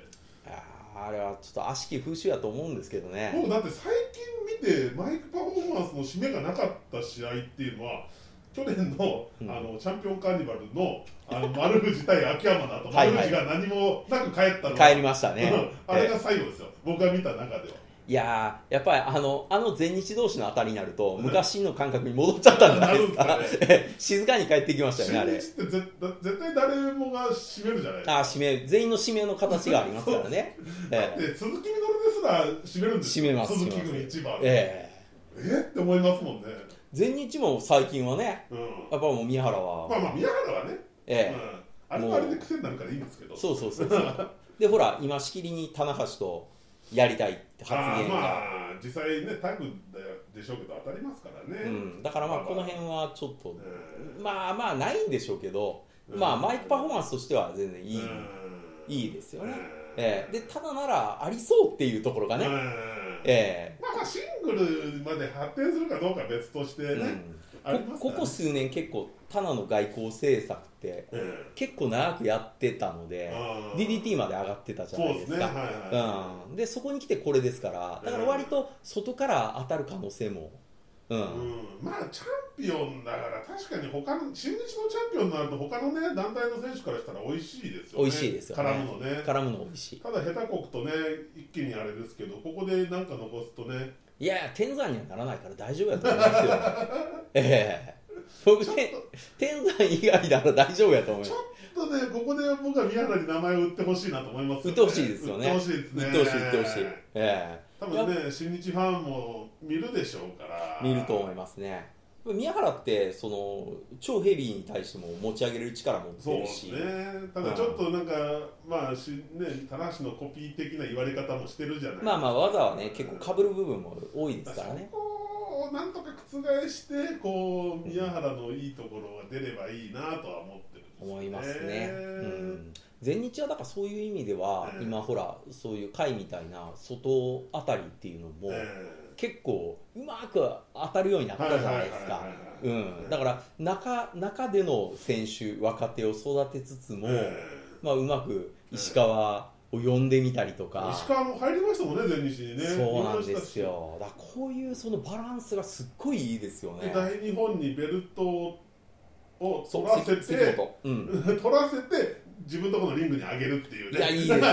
Speaker 1: あーあれはちょっと悪しき風習やと思うんですけどね
Speaker 2: もうだって最近見てマイクパフォーマンスの締めがなかった試合っていうのは去年の,、
Speaker 1: うん
Speaker 2: あのチャンピオンカーニバルのあの丸藤対秋山だと
Speaker 1: はい
Speaker 2: 丸
Speaker 1: はい
Speaker 2: 藤が何もなく帰ったのが
Speaker 1: 帰りましたね、
Speaker 2: うんあれが最後ですよ、僕が見た中では。
Speaker 1: いやーやっぱりあのあの全日同士のあたりになると昔の感覚に戻っちゃったんじゃないですか
Speaker 2: なるんです
Speaker 1: 静かに帰ってきましたよねあ
Speaker 2: 新日
Speaker 1: れ
Speaker 2: って絶絶対誰もが締めるじゃないですか。
Speaker 1: あー締め全員の締めの形がありますからね、ええ
Speaker 2: で鈴木みのるですら締めるんですよ
Speaker 1: 締めます
Speaker 2: 鈴木君一番。え
Speaker 1: え
Speaker 2: って思いますもんね。
Speaker 1: え全日も最近はね
Speaker 2: うん、
Speaker 1: やっぱもう宮原は、
Speaker 2: まあまあ宮原はね、
Speaker 1: え
Speaker 2: うん、あれはあれで癖になるからいいんですけど
Speaker 1: え。そうそうそうそうでほら今しきりに棚橋とやりたいって発
Speaker 2: あー
Speaker 1: 言が、
Speaker 2: まあ実際ねタッグでしょうけど当たりますからね、
Speaker 1: うん、だからまあこの辺はちょっと
Speaker 2: う
Speaker 1: まあまあないんでしょうけど、
Speaker 2: うん
Speaker 1: まあマイクパフォーマンスとしては全然いい、
Speaker 2: うん
Speaker 1: いいですよね
Speaker 2: うん、
Speaker 1: ええでただならありそうっていうところがね、
Speaker 2: うん
Speaker 1: え
Speaker 2: まあまあシングルまで発展するかどうかは別としてね、
Speaker 1: え
Speaker 2: あり
Speaker 1: うん
Speaker 2: ま
Speaker 1: こ
Speaker 2: す
Speaker 1: ここ数年結構タナの外交政策って
Speaker 2: うん
Speaker 1: 結構長くやってたので、
Speaker 2: うん
Speaker 1: DDT まで上がってたじゃ
Speaker 2: そ
Speaker 1: な
Speaker 2: う
Speaker 1: い
Speaker 2: で
Speaker 1: ですす
Speaker 2: ね
Speaker 1: か
Speaker 2: はいはい、
Speaker 1: うん、でそこに来てこれですからだから割と外から当たる可能性も、うん
Speaker 2: うんまあチャンピオンだから確かに他の新日のチャンピオンになると他のね団体の選手からしたら美味しいですよね
Speaker 1: 美味しいですよね
Speaker 2: 絡むのね
Speaker 1: 絡むの美味しい
Speaker 2: ただ下手国とね一気にあれですけどここでなんか残すとね
Speaker 1: いやいや天山にはならないから大丈夫やと思いますよええ僕
Speaker 2: ちょっ
Speaker 1: 天
Speaker 2: と
Speaker 1: 天山以外なら大丈夫やと思いま
Speaker 2: ち
Speaker 1: す
Speaker 2: ょっとね、ここで僕は宮原に名前を売ってほしいなと思いま
Speaker 1: 売
Speaker 2: すよ
Speaker 1: ってほしいですよね
Speaker 2: 売ってほしいですね。
Speaker 1: 売ってほしい売ってほしいえ
Speaker 2: 多分ね、新日ファンも見るでしょうから。
Speaker 1: え見ると思いますね宮原ってその超ヘビーに対しても持ち上げる力持っ
Speaker 2: そ
Speaker 1: て
Speaker 2: うで
Speaker 1: る
Speaker 2: す
Speaker 1: し、
Speaker 2: ね。ただちょっとなんか、まあしね、棚橋のコピー的な言われ方もしてるじゃないですか。
Speaker 1: まあまあ技はね結構
Speaker 2: か
Speaker 1: 被る部分も多いですから
Speaker 2: そ
Speaker 1: ね
Speaker 2: こをなんとか覆して、こう宮原のいいところが出ればいいなとは思ってるんですよね。
Speaker 1: 思いますね、うん、全日はだからそういう意味では、
Speaker 2: うん
Speaker 1: 今ほらそういう会みたいな外あたりっていうのも、
Speaker 2: ええ
Speaker 1: 結構うまく当たるようになったじゃないですか
Speaker 2: はいはいはいはいは
Speaker 1: うんだから中中での選手若手を育てつつも、
Speaker 2: え
Speaker 1: まあ、うまく石川を呼んでみたりと
Speaker 2: え
Speaker 1: か、
Speaker 2: 石川も入りましたもんね、全日にね。
Speaker 1: そうなんですよだからこういうそのバランスがすっごいいいですよ
Speaker 2: で。
Speaker 1: ね
Speaker 2: 大日本にベルトを
Speaker 1: そ
Speaker 2: 取
Speaker 1: う
Speaker 2: らせ
Speaker 1: せ関
Speaker 2: て、
Speaker 1: 本うん、
Speaker 2: 取らせて、自分のところのリングに上げるっていうね。
Speaker 1: いやいいですね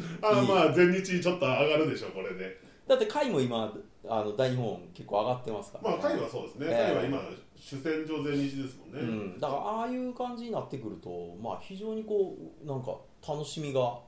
Speaker 2: あ
Speaker 1: いい
Speaker 2: まあ、全日にちょっと上がるでしょ、これで。
Speaker 1: だって甲斐も今あの大日本結構上がってますから、
Speaker 2: まあ、会はそうですね。
Speaker 1: ええ
Speaker 2: 会は今、主戦場全日ですもんね。
Speaker 1: うん、だからああいう感じになってくると、まあ、非常にこうなんか楽しみが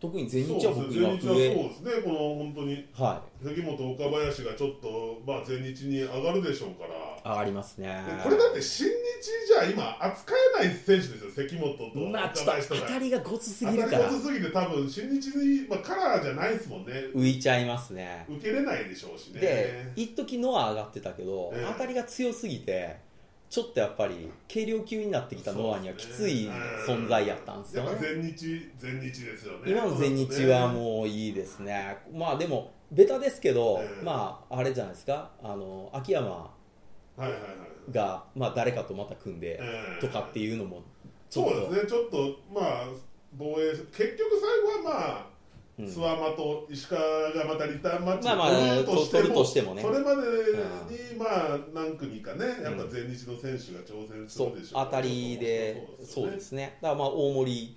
Speaker 1: 特に全日は
Speaker 2: そう
Speaker 1: 僕
Speaker 2: ですね
Speaker 1: 今
Speaker 2: 全日はそう
Speaker 1: 上
Speaker 2: ですね、この本当に
Speaker 1: はい
Speaker 2: 関本、岡林がちょっと、まあ、全日に上がるでしょうから、
Speaker 1: 上がりますね
Speaker 2: でこれだって、新日じゃ今、扱えない選手ですよ、関本と
Speaker 1: まあちょ
Speaker 2: 岡
Speaker 1: っと
Speaker 2: 林と
Speaker 1: 当
Speaker 2: か。
Speaker 1: たりがごつす
Speaker 2: 当
Speaker 1: ぎ
Speaker 2: た
Speaker 1: る
Speaker 2: り
Speaker 1: から
Speaker 2: ごつすぎて、多分新日に、まあ、カラーじゃないですもんね、
Speaker 1: 浮いちゃいますね
Speaker 2: 受けれないでしょうしね。
Speaker 1: で一時ノア上がってたけど、
Speaker 2: ええ
Speaker 1: 当たりが強すぎてちょっとやっぱり軽量級になってきたノアにはきつい存在やったんですよ
Speaker 2: やっぱ
Speaker 1: ね
Speaker 2: 全日、全日ですよね。
Speaker 1: 今の全日はもういいですねまあでもベタですけど、
Speaker 2: ええ
Speaker 1: まああれじゃないですかあの秋山
Speaker 2: う、はいはいはい
Speaker 1: が、まあ、誰かとまた組んで
Speaker 2: ええ
Speaker 1: とかっていうのもちょっと
Speaker 2: そうですね、ちょっと、まあ、防衛、結局最後はまあ、
Speaker 1: うん
Speaker 2: 諏訪間と石川がまたリターンマッチを
Speaker 1: まあまあ
Speaker 2: 取
Speaker 1: 取る
Speaker 2: ると
Speaker 1: と
Speaker 2: し
Speaker 1: してて
Speaker 2: も、
Speaker 1: もね
Speaker 2: それまでに、まあ、何組かね、やっぱ全日の選手が挑戦す
Speaker 1: そ
Speaker 2: る
Speaker 1: う
Speaker 2: でしょう
Speaker 1: 当たりで
Speaker 2: そ
Speaker 1: そうう
Speaker 2: で
Speaker 1: ですすねだからまあ大森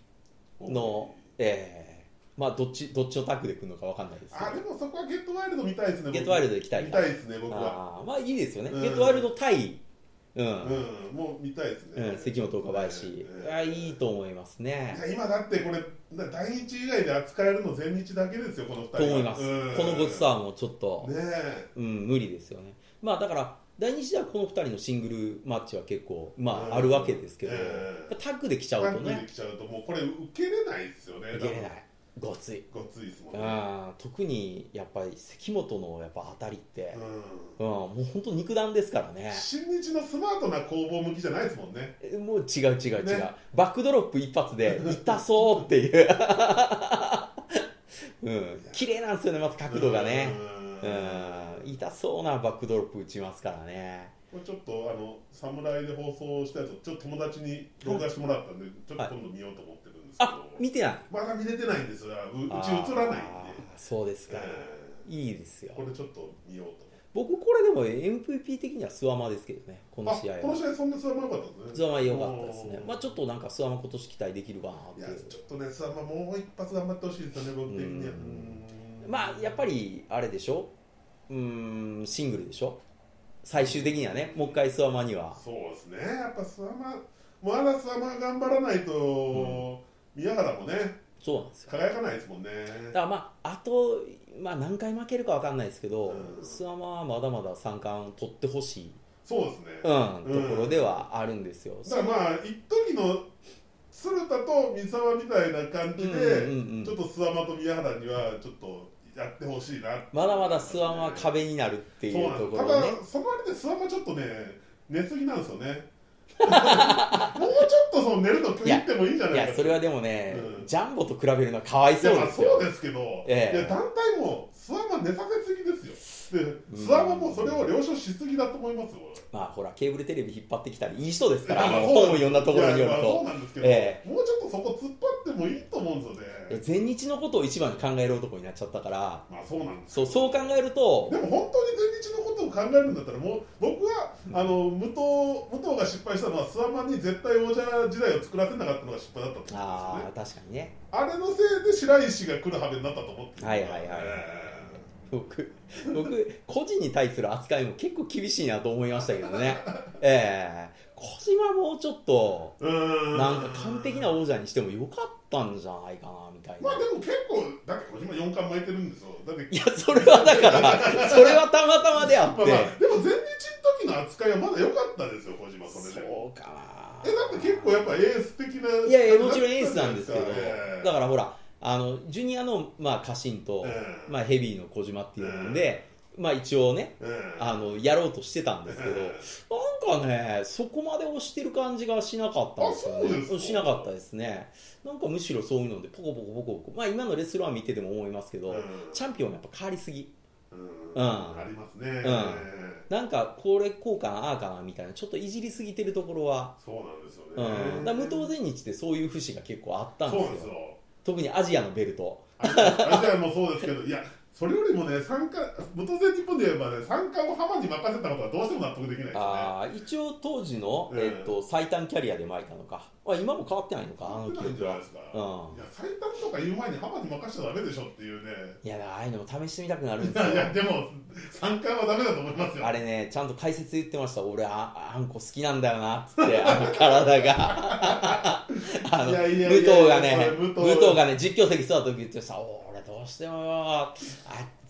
Speaker 2: よね
Speaker 1: の、えーまあどっちどっちのタッグで組るのかわかんないですけ
Speaker 2: あ
Speaker 1: ど
Speaker 2: でもそこはゲットワイルド見たいですね、
Speaker 1: ゲットワイル
Speaker 2: ド
Speaker 1: ド行きたい
Speaker 2: 見
Speaker 1: か
Speaker 2: たいですね、僕は。
Speaker 1: あーまあいいですよね、
Speaker 2: うん
Speaker 1: ゲットワイルド対、うん
Speaker 2: うん、もう見たいです
Speaker 1: う
Speaker 2: ね。
Speaker 1: ん関本岡林、
Speaker 2: ええ
Speaker 1: あいいと思います
Speaker 2: い
Speaker 1: ね
Speaker 2: や今だってこれ、な第一以外で扱えるの全日だけですよ、この二人は
Speaker 1: と思います、
Speaker 2: うん
Speaker 1: このごちそうはもうちょっと、
Speaker 2: ねえ
Speaker 1: うん、無理ですよねまあだから第二次はこの2人のシングルマッチは結構ま
Speaker 2: うん
Speaker 1: ああるわけですけど、
Speaker 2: ええ
Speaker 1: タッグで来ちゃ
Speaker 2: タ
Speaker 1: う
Speaker 2: ッ
Speaker 1: と
Speaker 2: グで
Speaker 1: ね
Speaker 2: きちゃうと、もうこれ、受けれないですよね、
Speaker 1: いけれないごつい、
Speaker 2: 多分ごついですもん
Speaker 1: う
Speaker 2: ね。
Speaker 1: ん、特にやっぱり関本のやっぱ当たりって、
Speaker 2: うん
Speaker 1: うんもう本当肉弾ですからね
Speaker 2: 新日のスマートな攻防向きじゃないですもんね。
Speaker 1: えもう違う違う違う、
Speaker 2: ね
Speaker 1: バックドロップ一発 で痛そうっていう うん綺麗なんですよねまず角度がね
Speaker 2: う
Speaker 1: うんん痛そうなバックドロップ打ちますからね
Speaker 2: これちょっとあの侍で放送したやつをちょっと友達に録画してもらったんで、ちょっと今度見ようと思ってるんですけど、
Speaker 1: あ見てない
Speaker 2: まだ見れてないんですが、ううち映
Speaker 1: あー
Speaker 2: らないんで、
Speaker 1: そうですか、
Speaker 2: え
Speaker 1: いいですよ
Speaker 2: ーこれちょっと見ようと
Speaker 1: 僕これでも MVP 的には諏訪間ですけどねこ
Speaker 2: 思
Speaker 1: の
Speaker 2: って。
Speaker 1: 試合
Speaker 2: あこの
Speaker 1: は
Speaker 2: 試合そんな諏訪も良かったです
Speaker 1: 諏訪
Speaker 2: ね。
Speaker 1: 間良かったですね
Speaker 2: うん
Speaker 1: まあちょっとなんか諏訪間今年期待できるかなってい
Speaker 2: いや
Speaker 1: う
Speaker 2: ちょっとね諏訪間もう一発頑張ってほしいですよね僕的には。
Speaker 1: う
Speaker 2: うんん
Speaker 1: まあやっぱりあれでしょうーんシングルでしょ最終的にはねもう一回諏訪間には
Speaker 2: そうですね、やっぱ諏訪間、まだ諏訪間頑張らないと、宮原もね、
Speaker 1: そうなんですよ
Speaker 2: 輝かないですもんね。
Speaker 1: だからまああと、まあ、何回負けるかわかんないですけど
Speaker 2: うん
Speaker 1: 諏訪間はまだまだ三冠取ってほしい、
Speaker 2: そうですね。
Speaker 1: うん、ところではあるんですよ、
Speaker 2: だからまあ、一時の鶴田と三沢みたいな感じで、
Speaker 1: うんうんうん
Speaker 2: ちょっと諏訪間と宮原には、ちょっとやってほしいな
Speaker 1: まだまだ諏訪間は
Speaker 2: っ
Speaker 1: 壁になるって
Speaker 2: て
Speaker 1: いうところ
Speaker 2: た
Speaker 1: をね
Speaker 2: だ、その割で諏訪間ちょっとね、寝すぎなんですよね。 もうちょっとその寝るの食いってもいいんじゃ
Speaker 1: い
Speaker 2: ないか
Speaker 1: やそれはでもね、
Speaker 2: うん
Speaker 1: ジャンボと比べるのはかわい
Speaker 2: いや
Speaker 1: そう
Speaker 2: まあ
Speaker 1: です
Speaker 2: そ
Speaker 1: よ
Speaker 2: うですけど、
Speaker 1: ええ
Speaker 2: いや団体も諏訪間寝させすぎですよ、で
Speaker 1: うん
Speaker 2: 諏訪間もそれを了承しすぎだと思いますよ、
Speaker 1: まあほらケーブルテレビ引っ張ってきたりいい人ですから
Speaker 2: いやまあ
Speaker 1: 本
Speaker 2: そう
Speaker 1: を読んだところによる
Speaker 2: いやまあそ
Speaker 1: と
Speaker 2: うなんですけど、
Speaker 1: え
Speaker 2: もうちょっとそこ突っ張ってもいいと思うんですよね、
Speaker 1: 全日のことを一番に考える男になっちゃったから
Speaker 2: まあそうなんです
Speaker 1: そうそう考えると
Speaker 2: でも本当に全日のことを考えるんだったら、もう僕はあの武藤武藤が失敗したのは、諏訪間に絶対王者時代を作らせなかったのが失敗だったと思うん
Speaker 1: あ
Speaker 2: で
Speaker 1: あ確かにね
Speaker 2: すよね、あれのせいで白石が来る羽目になったと思ってるんで
Speaker 1: はいはいはい
Speaker 2: ええ
Speaker 1: 僕僕個人に対する扱いも結構厳しいなと思いましたけどねええ小島もうちょっと
Speaker 2: うーん
Speaker 1: なんか完璧な王者にしてもよかったんじゃないかなみたいな、
Speaker 2: まあでも結構、だって小島4巻巻いてるんですよ。だって
Speaker 1: いやそれはだからそれはたまたまであ
Speaker 2: まあ
Speaker 1: っ
Speaker 2: まあ、
Speaker 1: て、
Speaker 2: でも全日の時の扱いはまだ良かったですよ、小島、それでも。
Speaker 1: そうか
Speaker 2: え、だって結構やっぱエース的
Speaker 1: い
Speaker 2: な感じだったじゃないですか。
Speaker 1: やいやもちろんエースなんですけど、
Speaker 2: ええ
Speaker 1: だからほらあのジュニアの、まあ、家臣と、
Speaker 2: ええ
Speaker 1: まあ、ヘビーの小島っていうので、まあ、一応ね
Speaker 2: ええ
Speaker 1: あのやろうとしてたんですけど、
Speaker 2: え
Speaker 1: なんかねそこまで押してる感じがしなかったんですよね
Speaker 2: あそうですか
Speaker 1: しなかったですねなんかむしろそういうのでポコポコポコポコまあ今のレスラー見てても思いますけど、
Speaker 2: ええ
Speaker 1: チャンピオンがやっぱ変わりすぎ
Speaker 2: うん
Speaker 1: うん
Speaker 2: ありますね、
Speaker 1: なんかこれこうかなああかなみたいなちょっといじりすぎてるところは、
Speaker 2: そうなんですよね、
Speaker 1: うん、だから無党全日ってそういう節が結構あったんです
Speaker 2: そう
Speaker 1: よ
Speaker 2: なんですよ
Speaker 1: 特にアジアのベルト
Speaker 2: アジアアジアもそうですけどいやそれよりもね参加無党全日本で言えばね参加を浜に任せたことはどうしても納得できないですね
Speaker 1: あー一応当時の、
Speaker 2: うん
Speaker 1: えっと、最短キャリアで巻いたのか、まあ、今も変わってないのかあ
Speaker 2: 合
Speaker 1: の
Speaker 2: ってないんじ
Speaker 1: 記憶
Speaker 2: ゃない
Speaker 1: は
Speaker 2: ですか、
Speaker 1: うん
Speaker 2: いや最短とか言う前に浜に任せちゃダメでしょっていうね
Speaker 1: いやだからああいうのも試してみたくなるん
Speaker 2: い
Speaker 1: です
Speaker 2: やい
Speaker 1: よ
Speaker 2: やでも参加はダメだと思いますよ
Speaker 1: あれねちゃんと解説で言ってました俺ああんこ好きなんだよなっつってあの体が あの
Speaker 2: いやいや
Speaker 1: 武
Speaker 2: いやいや
Speaker 1: 藤がね
Speaker 2: それ武藤
Speaker 1: 武藤がね実況席座った時言ってさお俺どうしてもよあ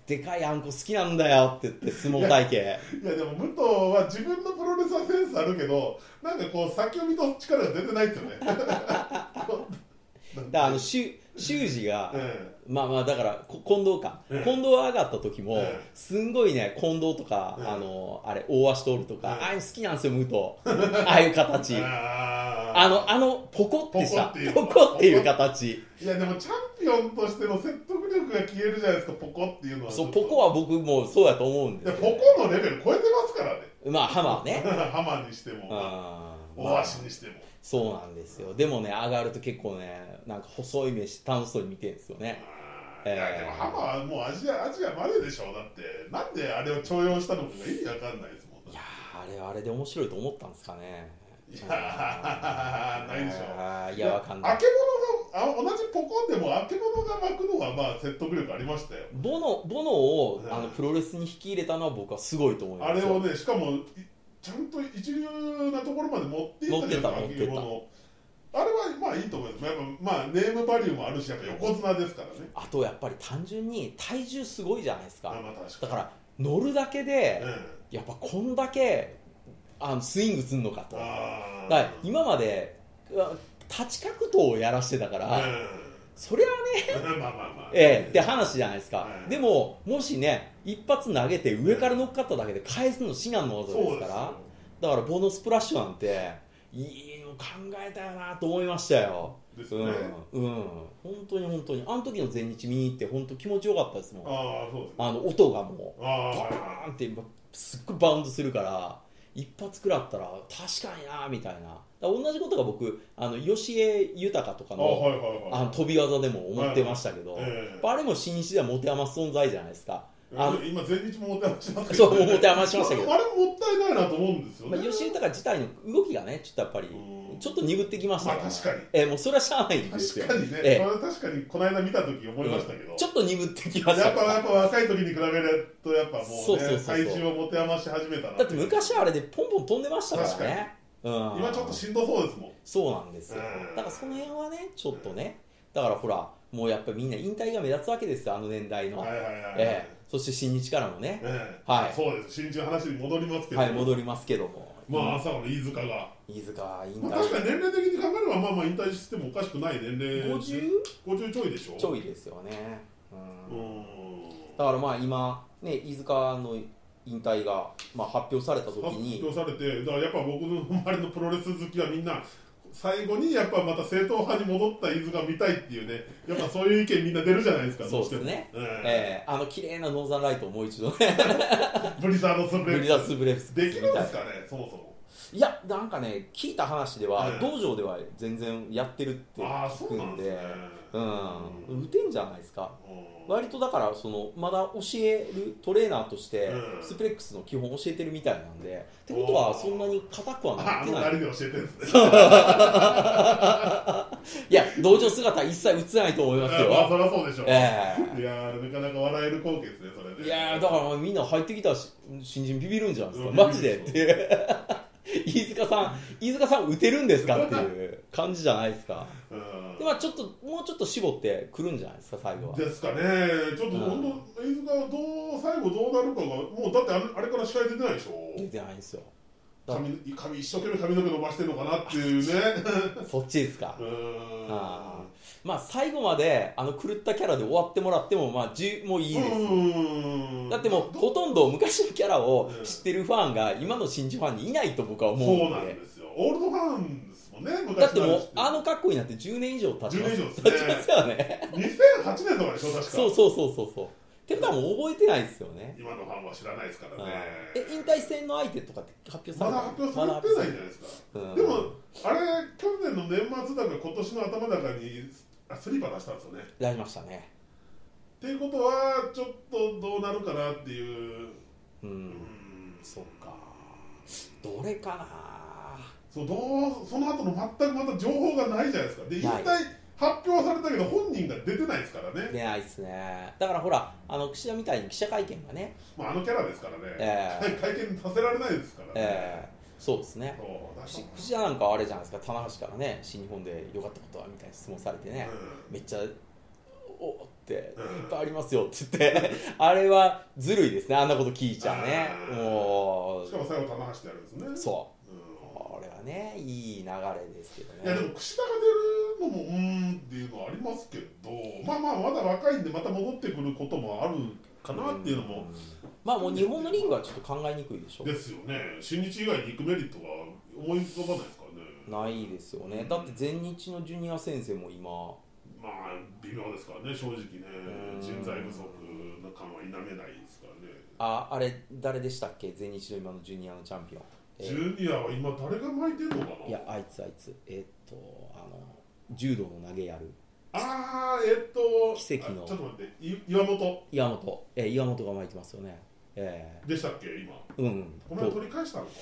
Speaker 1: でかいあんこ好きなんだよって言って相撲体 系
Speaker 2: いやでも武藤は自分のプロレスはセンスあるけどなんかこう先を見通す力が全然ないですよねこう
Speaker 1: だからあの修修二が、
Speaker 2: え
Speaker 1: まあまあだからこ近藤か、
Speaker 2: うん
Speaker 1: 近藤が上がった時も、
Speaker 2: うん
Speaker 1: すんごいね近藤とか、
Speaker 2: うん
Speaker 1: あのあれ大足徹とか、
Speaker 2: うん
Speaker 1: ああいうの好きなんですよ武藤ああいう形
Speaker 2: え
Speaker 1: あ
Speaker 2: あ
Speaker 1: のあのポコってしたポ
Speaker 2: ポ
Speaker 1: コ
Speaker 2: コ
Speaker 1: っ
Speaker 2: ってて
Speaker 1: い
Speaker 2: いう
Speaker 1: う形
Speaker 2: ーいやでもチャンピオンとしての説得力が消えるじゃないですかポコっていうのは
Speaker 1: そうポコは僕もそうやと思うん
Speaker 2: いや
Speaker 1: です
Speaker 2: ポ
Speaker 1: よ
Speaker 2: コのレベル超えてますからね
Speaker 1: まあハマーね
Speaker 2: 浜にして
Speaker 1: うん
Speaker 2: も
Speaker 1: ま
Speaker 2: 大
Speaker 1: あ
Speaker 2: 足にしても
Speaker 1: そうなんですよでもね上がると結構ねなんか細い飯楽しそうに見てるんですよね
Speaker 2: あ
Speaker 1: えー
Speaker 2: ーいやでも浜はもうアジアアジアまででしょだってなんであれを徴用したのかが意味わかんないですもん
Speaker 1: いやーあれはあれで面白いと思ったんですかね
Speaker 2: いやーないでしょ
Speaker 1: あーいやわかんない
Speaker 2: あけぼのがあ同じポコンでもあけぼのが巻くのはまあ説得力ありましたよ
Speaker 1: ボノボノを
Speaker 2: うん
Speaker 1: あのプロレスに引き入れたのは僕はすごいと思います
Speaker 2: あれ
Speaker 1: よ
Speaker 2: をねしかもいちゃんと一流なところまで持っていったじゃないですかあけ
Speaker 1: 持
Speaker 2: ぼのあれはまあいいと思いますやっぱまあネームバリューもあるしやっぱ横綱ですからね
Speaker 1: あとやっぱり単純に体重すごいじゃないです
Speaker 2: あ
Speaker 1: か
Speaker 2: まあ確か
Speaker 1: だ
Speaker 2: に
Speaker 1: から乗るだけで、
Speaker 2: うん
Speaker 1: やっぱこんだけあのスイングすんのかとだか
Speaker 2: あー
Speaker 1: ら今までうわ立ち格闘をやらしてたから、そりゃあね
Speaker 2: うんまあまあまあ
Speaker 1: ええって話じゃないですか、
Speaker 2: うん
Speaker 1: でももしね一発投げて上から乗っかっただけで返すの至難の技
Speaker 2: そう
Speaker 1: です
Speaker 2: で
Speaker 1: か
Speaker 2: す
Speaker 1: ら
Speaker 2: よ
Speaker 1: だからボーノスプラッシュなんていいの考えたよなと思いましたよ
Speaker 2: です
Speaker 1: うん、
Speaker 2: よね、
Speaker 1: うん、本当に本当にあの時の全日見に行って本当気持ちよかったですもん
Speaker 2: ああそうですね
Speaker 1: あの音がもうバ
Speaker 2: あ
Speaker 1: ーンってすっごいバウンドするから一発食らったら確かになみたいなだから同じことが僕あの吉江豊とか
Speaker 2: ああ
Speaker 1: の
Speaker 2: はいはいはい
Speaker 1: あの飛び技でも思ってましたけど、
Speaker 2: ええ
Speaker 1: あれも新日では持て余す存在じゃないですか、あの
Speaker 2: 今全日も持て余します
Speaker 1: そう持て余しました けど
Speaker 2: あれもったいないなと思うんですよ
Speaker 1: ま
Speaker 2: ね、
Speaker 1: あ、吉江豊自体の動きがねちょっとやっぱり
Speaker 2: うん
Speaker 1: ちょっと鈍ってきました
Speaker 2: まあ確かに
Speaker 1: ええもうそれはしゃあないんですよ
Speaker 2: 確かにね、
Speaker 1: ええ
Speaker 2: それは確かにこの間見た時思いましたけど、
Speaker 1: ちょっと鈍ってきました
Speaker 2: やっぱやっぱ若い時に比べるとやっぱもうね
Speaker 1: そうそうそうそう
Speaker 2: 体重を持て余し始めたな
Speaker 1: だって昔はあれでポンポン飛んでましたからねうん、
Speaker 2: 今ちょっとしんどそうですもん
Speaker 1: そうなんですよ
Speaker 2: うん
Speaker 1: だからその辺はねちょっとねだからほらもうやっぱりみんな引退が目立つわけですよあの年代の、
Speaker 2: はいはいはいはい、
Speaker 1: ええそして新日からもね、
Speaker 2: ええ
Speaker 1: はい
Speaker 2: そうです新人話に戻りますけど、
Speaker 1: はい戻りますけども、
Speaker 2: まあ朝の飯塚が、
Speaker 1: 飯塚引
Speaker 2: まあ、確か
Speaker 1: 退
Speaker 2: に年齢的に考えればまあまあ引退してもおかしくない年齢
Speaker 1: 50
Speaker 2: 50ちょいでしょ
Speaker 1: ちょいですよね、うん
Speaker 2: うー
Speaker 1: だからまあ今ね飯塚の引退が、まあ、発表された時
Speaker 2: ん
Speaker 1: に
Speaker 2: 発表されてだからやっぱ僕の周りのプロレス好きはみんな最後にやっぱまた正統派に戻った伊豆が見たいっていうねやっぱそういう意見みんな出るじゃないですか
Speaker 1: そうですね
Speaker 2: どうしてもうん
Speaker 1: ええあの綺麗なノーザンライトをもう一度ね
Speaker 2: ブリザードス
Speaker 1: ブ
Speaker 2: ブレ
Speaker 1: リザースブレフス
Speaker 2: できるん
Speaker 1: みた
Speaker 2: で
Speaker 1: い
Speaker 2: すかねそもそも
Speaker 1: いやなんかね聞いた話では、
Speaker 2: ええ
Speaker 1: 道場では全然やってるって
Speaker 2: ああ
Speaker 1: 聞
Speaker 2: そう
Speaker 1: く
Speaker 2: なん
Speaker 1: ん
Speaker 2: です
Speaker 1: で
Speaker 2: ね
Speaker 1: う、
Speaker 2: うん
Speaker 1: 打てんじゃないですか割とだからそのまだ教えるトレーナーとして
Speaker 2: うん
Speaker 1: スプレックスの基本教えてるみたいなんでってことは
Speaker 2: おー
Speaker 1: そんなに硬くは
Speaker 2: あ
Speaker 1: な
Speaker 2: あ
Speaker 1: って
Speaker 2: の
Speaker 1: な
Speaker 2: 誰
Speaker 1: い
Speaker 2: で教えてるんですね
Speaker 1: いや道場姿一切映らないと思います
Speaker 2: まあ
Speaker 1: よ
Speaker 2: そりゃそうでしょう、
Speaker 1: ええ
Speaker 2: いやーなかなか笑える光景ですねそれね
Speaker 1: いやーだからみんな入ってきたし新人ビビるんじゃないですか
Speaker 2: うん
Speaker 1: マジでって飯塚さん飯塚さん打てるんですかっていう感じじゃないですか
Speaker 2: うん
Speaker 1: でまあちょっともうちょっと絞ってくるんじゃないですか最後は
Speaker 2: ですかね、ちょっと本当、飯塚はどう最後どうなるかが、もうだってあれあれから試合出てないでし
Speaker 1: 出
Speaker 2: ょ、
Speaker 1: てないんですよだ
Speaker 2: 髪髪一生懸命髪の毛伸ばしてるのかなっていうね、
Speaker 1: そっちですか
Speaker 2: うーん
Speaker 1: あまあ最後まであの狂ったキャラで終わってもらってもまあ十もういいです、
Speaker 2: うーん
Speaker 1: だってもう
Speaker 2: ど
Speaker 1: ほとんど昔のキャラを
Speaker 2: うん
Speaker 1: 知ってるファンが今の新人ファンにいないと僕は思うんで
Speaker 2: そうなんですよ、オールドファンですもんね、昔
Speaker 1: だってもう
Speaker 2: 知
Speaker 1: あの格好になって10年以上経ちます
Speaker 2: 10年以上です
Speaker 1: 経
Speaker 2: ね
Speaker 1: ちますよね
Speaker 2: 2008年とかでしょ、確か。
Speaker 1: そうそうそうそうそうってことはもう覚えてないですよね。
Speaker 2: 今のファンは知らないですからね
Speaker 1: はいえ、引退戦の相手とかって発表さ
Speaker 2: ま
Speaker 1: れ
Speaker 2: だ
Speaker 1: た
Speaker 2: 発表されてないじゃないですか、
Speaker 1: うん
Speaker 2: でもあれ去年の年末だか今年の頭だかにあスリーパー出したんですよね
Speaker 1: やりましたね。
Speaker 2: っていうことはちょっとどうなるかなっていう
Speaker 1: う。
Speaker 2: うんん
Speaker 1: そっか。どれか
Speaker 2: そうどうその後の全くまた情報がないじゃないですかで引
Speaker 1: ない
Speaker 2: 退発表されたけど本人が出てないですから
Speaker 1: な
Speaker 2: ね、
Speaker 1: 出ないですね。だからほら、あの、櫛田みたいに記者会見がね、
Speaker 2: まあ、あのキャラですからね、
Speaker 1: ええ
Speaker 2: 会見させられないですからね、
Speaker 1: えー、そうですね。
Speaker 2: そうだ
Speaker 1: 櫛
Speaker 2: し
Speaker 1: 櫛田なんかはあれじゃないですか、棚橋からね、新日本で良かったことはみたいな質問されてね。めっちゃおおっていっぱいありますよって言って あれはずるいですねあんなこと聞いちゃうね
Speaker 2: うん
Speaker 1: も
Speaker 2: うん、しかも最後棚橋でやるんですね
Speaker 1: うそううんこれはねいい流れですけど
Speaker 2: いやで
Speaker 1: ね
Speaker 2: も櫛田が出るのもうーんっていうのはありますけどまあまあまだ若いんでまた戻ってくることもあるかなっていうのも
Speaker 1: んまあもう日本のリングはちょっと考えにくいでしょ
Speaker 2: ですよね新日以外に行くメリットは思い浮かばないですからね
Speaker 1: ないですよねだって全日のジュニア先生も今
Speaker 2: まあ微妙ですからね正直ね
Speaker 1: うん
Speaker 2: 人材不足の感は否めないですからね
Speaker 1: ああれ誰でしたっけ全日の今のジュニアのチャンピオン、えー
Speaker 2: ジュニアは今誰が巻いてんのかない
Speaker 1: やあいつあいつえーっとあの柔道の投げやる
Speaker 2: ああえっと
Speaker 1: 奇跡の
Speaker 2: あちょっと待ってい岩本
Speaker 1: 岩本、えー岩本が巻いてますよねえ
Speaker 2: でしたっけ今
Speaker 1: ーうん
Speaker 2: この辺取り返したのか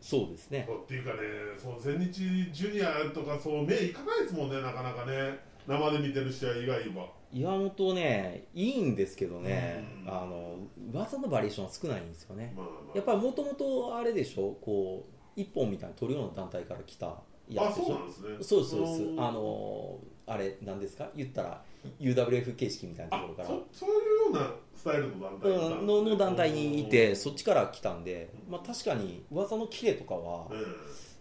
Speaker 1: そうですね
Speaker 2: そうっていうかね、その全日ジュニアとかそう目いかないですもんね、なかなかね、生で見てる試合以外は。
Speaker 1: 岩本ねいいんですけどね、
Speaker 2: うん
Speaker 1: あの技のバリエーションは少ないんですよね、
Speaker 2: まあまあ、
Speaker 1: やっぱりもともとあれでしょこう一本みたいに取るような団体から来たや
Speaker 2: あ
Speaker 1: つで
Speaker 2: そう
Speaker 1: し
Speaker 2: な
Speaker 1: ょ
Speaker 2: んですね。
Speaker 1: そうですそうです
Speaker 2: ん
Speaker 1: あのあれなんですか言ったら UWF 形式みたいなと
Speaker 2: あ
Speaker 1: ころから
Speaker 2: そそういうようなスタイルの団体
Speaker 1: うんのの団体にい、てそっちから来たんで、まあ、確かに技のキレとかは
Speaker 2: うんうん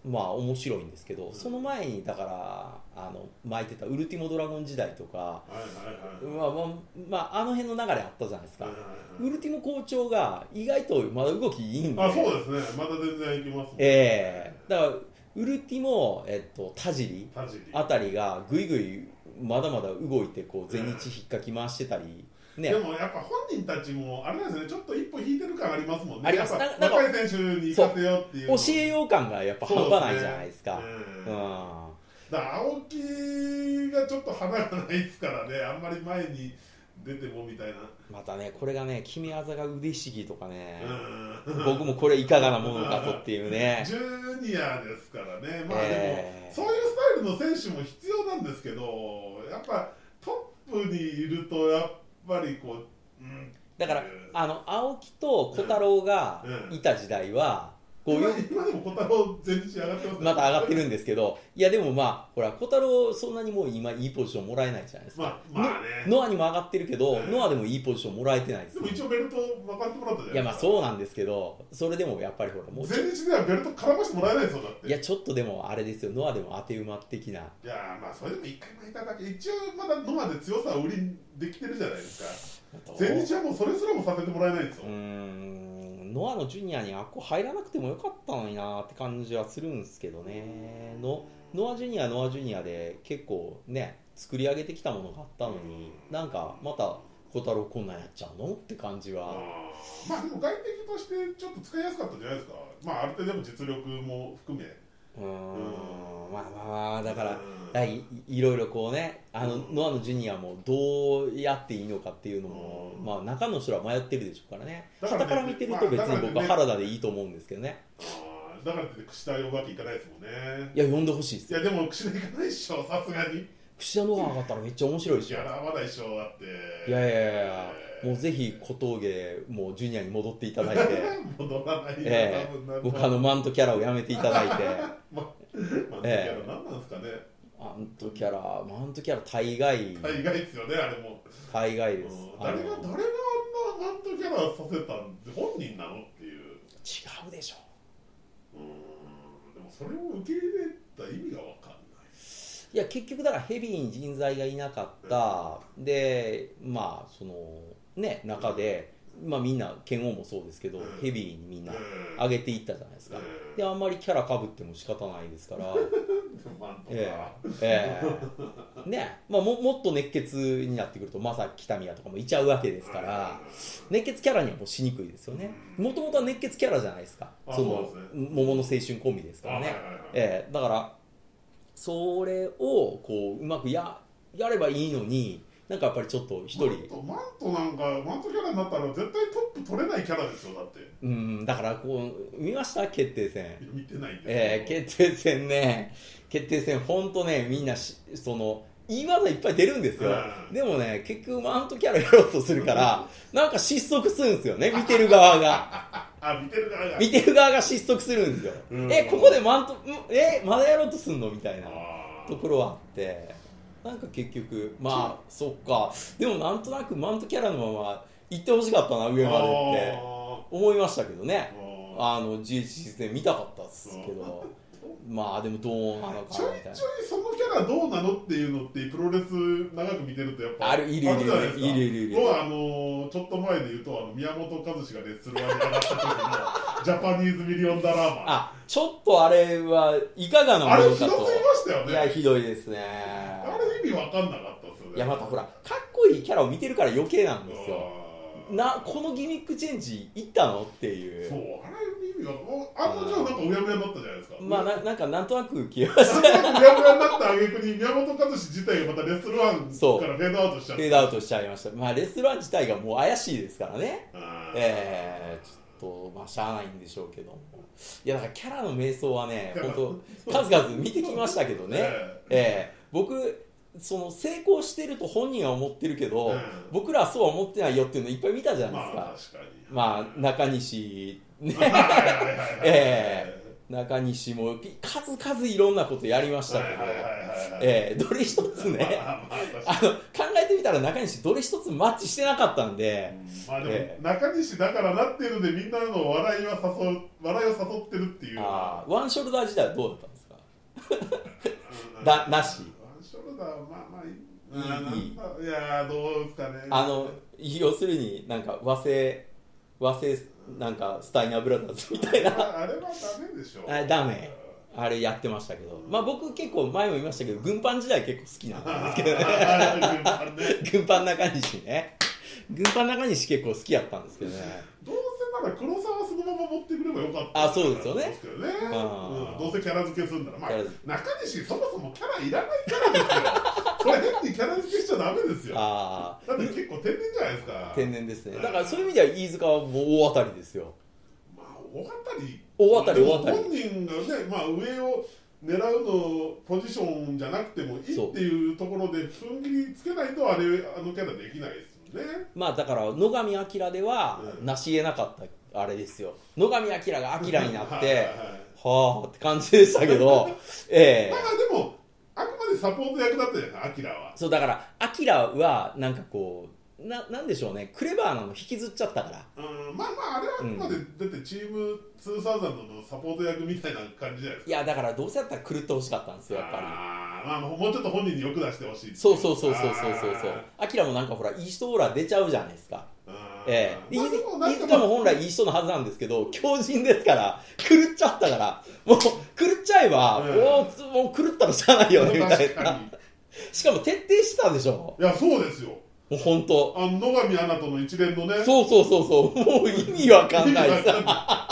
Speaker 1: まあ面白いんですけどその前にだからあの巻いてたウルティモドラゴン時代とか、
Speaker 2: はいはいはい
Speaker 1: まあまあまあ、あの辺の流れあったじゃないですか、
Speaker 2: はいはい
Speaker 1: ウルティモ校長が意外とまだ動きいいんで、
Speaker 2: はいあそうですね、まだ全然いきますもん、
Speaker 1: ええだからウルティモ、えっと、田尻
Speaker 2: タジリ
Speaker 1: あたりがぐいぐいまだまだ動いてこう全日引っかき回してたり、ね
Speaker 2: で、もやっぱ本人たちも、あれなんですね、ちょっと一歩引いてる感ありますもんね、
Speaker 1: あります
Speaker 2: やっぱ
Speaker 1: なんか
Speaker 2: 若い選手に行かせようっていう
Speaker 1: 教えよう感がやっぱ半端ないじゃないですか。
Speaker 2: そうですね
Speaker 1: う
Speaker 2: うん
Speaker 1: ん
Speaker 2: だから青木がちょっと花がないですからね、あんまり前に出てもみたいな、
Speaker 1: またね、これがね、決め技が腕ひしぎとかね、
Speaker 2: うん
Speaker 1: 僕もこれいかがなものかとっていうね、
Speaker 2: ジュニアですからね、まあでも、
Speaker 1: ええ
Speaker 2: そういうスタイルの選手も必要なんですけど、やっぱトップにいると、やっぱりこう、うん、
Speaker 1: だから
Speaker 2: うん、
Speaker 1: あの青木と小太郎がいた時代は、こういう
Speaker 2: 今今でも小太郎、全日上がってますね
Speaker 1: また上がってるんですけど、いやでもまあ、ほら、小太郎、そんなにもう今、いいポジションもらえないじゃないですか。
Speaker 2: まあまあね
Speaker 1: ノノアにも上がってるけど、
Speaker 2: うん
Speaker 1: ノアでもいいポジションもらえてないです
Speaker 2: で
Speaker 1: よ、
Speaker 2: も一応ベルト分かってもらったじゃない
Speaker 1: いや、まあそうなんですけど、それでもやっぱりほら、もうちょ
Speaker 2: 全日ではベルト絡ましてもらえないですよ、だって。
Speaker 1: いや、ちょっとでもあれですよ、ノアでも当て馬的な、
Speaker 2: いやーまあそれでも一回巻いただけ一応まだノアで強さを売りにできてるじゃないですか前日はもうそれすらもさせてもらえないんです
Speaker 1: う
Speaker 2: よ、
Speaker 1: ーん、ノアのジュニアにあっこ入らなくてもよかったのになーって感じはするんですけどね、のノアジュニア、ノアジュニアで結構ね、作り上げてきたものがあったのに、なんかまた、小太郎こんなんやっちゃうのって感じは。
Speaker 2: あーまあでも外敵としてちょっと使いやすかったんじゃないですかまあある程度の実力も含め
Speaker 1: うーんまあまあまあだから
Speaker 2: うん
Speaker 1: だいいろいろこうねあの、
Speaker 2: うん
Speaker 1: ノアのジュニアもどうやっていいのかっていうのも、
Speaker 2: うん
Speaker 1: まあ、中の人らは迷ってるでしょうからね
Speaker 2: だ
Speaker 1: 傍
Speaker 2: から
Speaker 1: から
Speaker 2: ね
Speaker 1: 見てると別
Speaker 2: まあだ
Speaker 1: に
Speaker 2: からね
Speaker 1: 僕は原田でいいと思うんですけどね
Speaker 2: あーだからって櫛田呼ばきいかないですもんね
Speaker 1: いや呼んでほしいで
Speaker 2: い
Speaker 1: すよ
Speaker 2: やでも櫛田いかないっしょさすがに
Speaker 1: 櫛田ノア上がったらめっちゃ面白いでしょ
Speaker 2: やらまだ一緒だって
Speaker 1: いやいやいやいやもうぜひ小峠もうジュニアに戻っていただいて
Speaker 2: 戻らないよ、
Speaker 1: え
Speaker 2: 多分
Speaker 1: え
Speaker 2: な
Speaker 1: 僕あのマントキャラをやめていただいて
Speaker 2: まあ、いや何なんですかね
Speaker 1: マントキャラマントキャラ大概
Speaker 2: 大概ですよねあれも
Speaker 1: 大概です
Speaker 2: うん
Speaker 1: あの
Speaker 2: 誰が誰があんなマントキャラさせたんで本人なのっていう
Speaker 1: 違うでしょ
Speaker 2: うーんでもそれを受け入れた意味が分かんない
Speaker 1: いや結局だからヘビーに人材がいなかった、でまあそのね中で、まあ、みんな剣王もそうですけど、
Speaker 2: うん
Speaker 1: ヘビーにみんな
Speaker 2: うん
Speaker 1: 上げていったじゃないですか、
Speaker 2: うん
Speaker 1: であんまりキャラかぶっても仕方ないですから
Speaker 2: マントが、
Speaker 1: ええええねまあ、ももっと熱血になってくるとまさきたみやとかもいちゃうわけですから熱血キャラにはもうしにくいですよねもともとは熱血キャラじゃないですか
Speaker 2: あ
Speaker 1: その
Speaker 2: そうです
Speaker 1: 桃の青春コンビですからね、ええだからそれをこううまくややればいいのになんかやっぱりちょっと一人
Speaker 2: マントマントなんかマントキャラになったら絶対トップ取れないキャラですよだって
Speaker 1: うんだからこう見ました決定戦
Speaker 2: いや見てないんですけど
Speaker 1: えー、決定戦ね、決定戦、ほんとね、みんなし、その、言い技いっぱい出るんですよ。
Speaker 2: うん
Speaker 1: でもね、結局マウントキャラやろうとするから、なんか失速するんですよね、見てる側が。
Speaker 2: あ見てるから
Speaker 1: 見てる側が失速するんですよ。
Speaker 2: うん
Speaker 1: え、ここでマウント、んえ、まだやろうとすんのみたいな
Speaker 2: あー
Speaker 1: ところはあって、なんか結局、まあ、そっか。でもなんとなくマウントキャラのまま行ってほしかったな、上までって思いましたけどね。
Speaker 2: あーあ
Speaker 1: あの GH 実践見たかったっすけど、まあでもどうなの
Speaker 2: ーち
Speaker 1: か
Speaker 2: ょ
Speaker 1: ないみたいな
Speaker 2: ちょ。いそのキャラどうなのっていうのってプロレス長く見てるとやっぱ
Speaker 1: あるいるいるい
Speaker 2: じゃないです
Speaker 1: る
Speaker 2: か
Speaker 1: いるいるいる
Speaker 2: もうあのーちょっと前で言うとあの宮本和志がレッスルワンに上がった時のジャパニーズミリオンダラーマン
Speaker 1: あちょっとあれはいかがな
Speaker 2: あ
Speaker 1: も
Speaker 2: れ
Speaker 1: の
Speaker 2: ひどす
Speaker 1: か
Speaker 2: ぎま
Speaker 1: と。
Speaker 2: したよ
Speaker 1: いや
Speaker 2: ね
Speaker 1: ひどいですね。
Speaker 2: あれ意味わかんなかったですよね
Speaker 1: いやまたほらかっこいいキャラを見てるから余計なんですよ。
Speaker 2: あー
Speaker 1: なこのギミックチェンジいったのっていう。
Speaker 2: そうあれ意味わかんあのじゃあなんかうやむやになったじゃないですか
Speaker 1: まあななんかなんとなく消えま
Speaker 2: なんとなく
Speaker 1: し
Speaker 2: うやむやになった挙句に宮本和志自体がまたレッスルワンからフ
Speaker 1: そう
Speaker 2: ェードアウトしちゃ
Speaker 1: たフ
Speaker 2: って
Speaker 1: ェードアウトしちゃいました。まあレストラン自体がもう怪しいですからね。
Speaker 2: あー
Speaker 1: えー、ちょっとまあしゃあないんでしょうけどもいやだからキャラの迷走はね本当数々見てきましたけどね、
Speaker 2: え
Speaker 1: えー僕その成功してると本人は思ってるけど、
Speaker 2: うん
Speaker 1: 僕らはそうは思ってないよっていうのいっぱい見たじゃ
Speaker 2: え
Speaker 1: ないですか、
Speaker 2: まあ確かに
Speaker 1: まあ、中西ねえ
Speaker 2: え
Speaker 1: 中西も数々いろんなことやりましたけど、えーどれ一つねあの考えてみたら中西どれ一つマッチしてなかったんで、
Speaker 2: まあ
Speaker 1: え
Speaker 2: でも中西だからなっていうのでみんなの笑いは誘う笑いを誘ってるっていう
Speaker 1: あーワンショルダー時代はどうだったんですか
Speaker 2: うん
Speaker 1: だなし
Speaker 2: ワンショルダーまあまあいいうん
Speaker 1: いい
Speaker 2: なんだいやーどうですかね
Speaker 1: あの要するになんか和製和製なんかスタイナーブラザーズみたいな
Speaker 2: ああれはダメでしょ
Speaker 1: あダメあれやってましたけどまあ僕結構前も言いましたけど軍パン時代結構好きなんですけどね 軍パン中西ね軍パン中西結構好きやったんですけどね
Speaker 2: どうせなら黒沢そのまま持ってくればよかった
Speaker 1: あそうですよね
Speaker 2: ですけどね、
Speaker 1: あー
Speaker 2: うんどうせキャラ付けするならまあ
Speaker 1: キャラ付
Speaker 2: 中西そもそもキャラいらないキャラですよそれ変にキャラ付けしちゃダメですよだ
Speaker 1: あ
Speaker 2: って結構天然じゃないですか
Speaker 1: あ天然ですねだからそういう意味では飯塚はもう大当たりですよ
Speaker 2: まあ大当たり
Speaker 1: 大当たり
Speaker 2: でも
Speaker 1: 大当たり
Speaker 2: 本人がねまあ上を狙うのポジションじゃなくてもい
Speaker 1: そ
Speaker 2: いうっていうところで踏ん切りつけないとあれあのキャラできないですもんね
Speaker 1: まあだから野上彰では
Speaker 2: うん
Speaker 1: 成し得なかったあれですよ野上彰が彰になっ
Speaker 2: はいはい
Speaker 1: て
Speaker 2: はい
Speaker 1: はあって感じでしたけどええ
Speaker 2: まあまあでもあくまでサポート役だったじゃないアキラは
Speaker 1: そうだからアキラはなんかこうななんでしょうねクレバーなの引きずっちゃったから
Speaker 2: うんまあまああれはあくまで、だってチーム2000のサポート役みたいな感じじゃないです
Speaker 1: い
Speaker 2: か
Speaker 1: やだからどうせだったら狂ってほしかったんですよやっぱ
Speaker 2: あーまあもうちょっと本人によく出してほしいってい
Speaker 1: りそうそうそうそうそうそうそう
Speaker 2: あ
Speaker 1: アキラもなんかほらいい人オーラ出ちゃうじゃないですか
Speaker 2: ー
Speaker 1: ええ
Speaker 2: まあ
Speaker 1: 飯
Speaker 2: でもなん
Speaker 1: 飯
Speaker 2: か
Speaker 1: 塚も本来いい人のはずなんですけど強靭ですから 狂っちゃったからもう狂っちゃえば、
Speaker 2: うん
Speaker 1: もうもう狂ったらしゃあないよねみたいな
Speaker 2: 確かに
Speaker 1: しかも徹底してたでしょ
Speaker 2: いやそうですよ
Speaker 1: もう本当
Speaker 2: あの野上アナとの一連のね
Speaker 1: そうそうそうそうもう意味わかんない
Speaker 2: 意
Speaker 1: で
Speaker 2: 味
Speaker 1: す
Speaker 2: わかん ないなんでな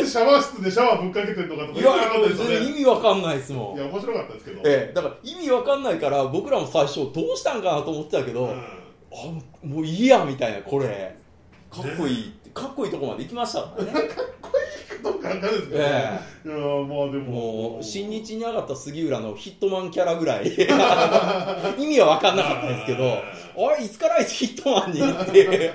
Speaker 2: んでシャワー室でシャワーぶっかけてんのかとか
Speaker 1: い
Speaker 2: 意味わ
Speaker 1: や
Speaker 2: かんないですよ
Speaker 1: 意
Speaker 2: ね
Speaker 1: 味わかんないですもん
Speaker 2: いや面白かったですけど、
Speaker 1: ええ、だから意味わかんないから僕らも最初どうしたんかなと思ってたけど、
Speaker 2: うん
Speaker 1: あもういいやみたいなこれかっこいいってかっこいいとこまで行きました からね、
Speaker 2: どっかわかんないですけど、
Speaker 1: え
Speaker 2: いやーまあで
Speaker 1: え、
Speaker 2: も
Speaker 1: もう新日に上がった杉浦のヒットマンキャラぐら い意味はわかんなかったんですけどあれいつからあいつヒットマンにって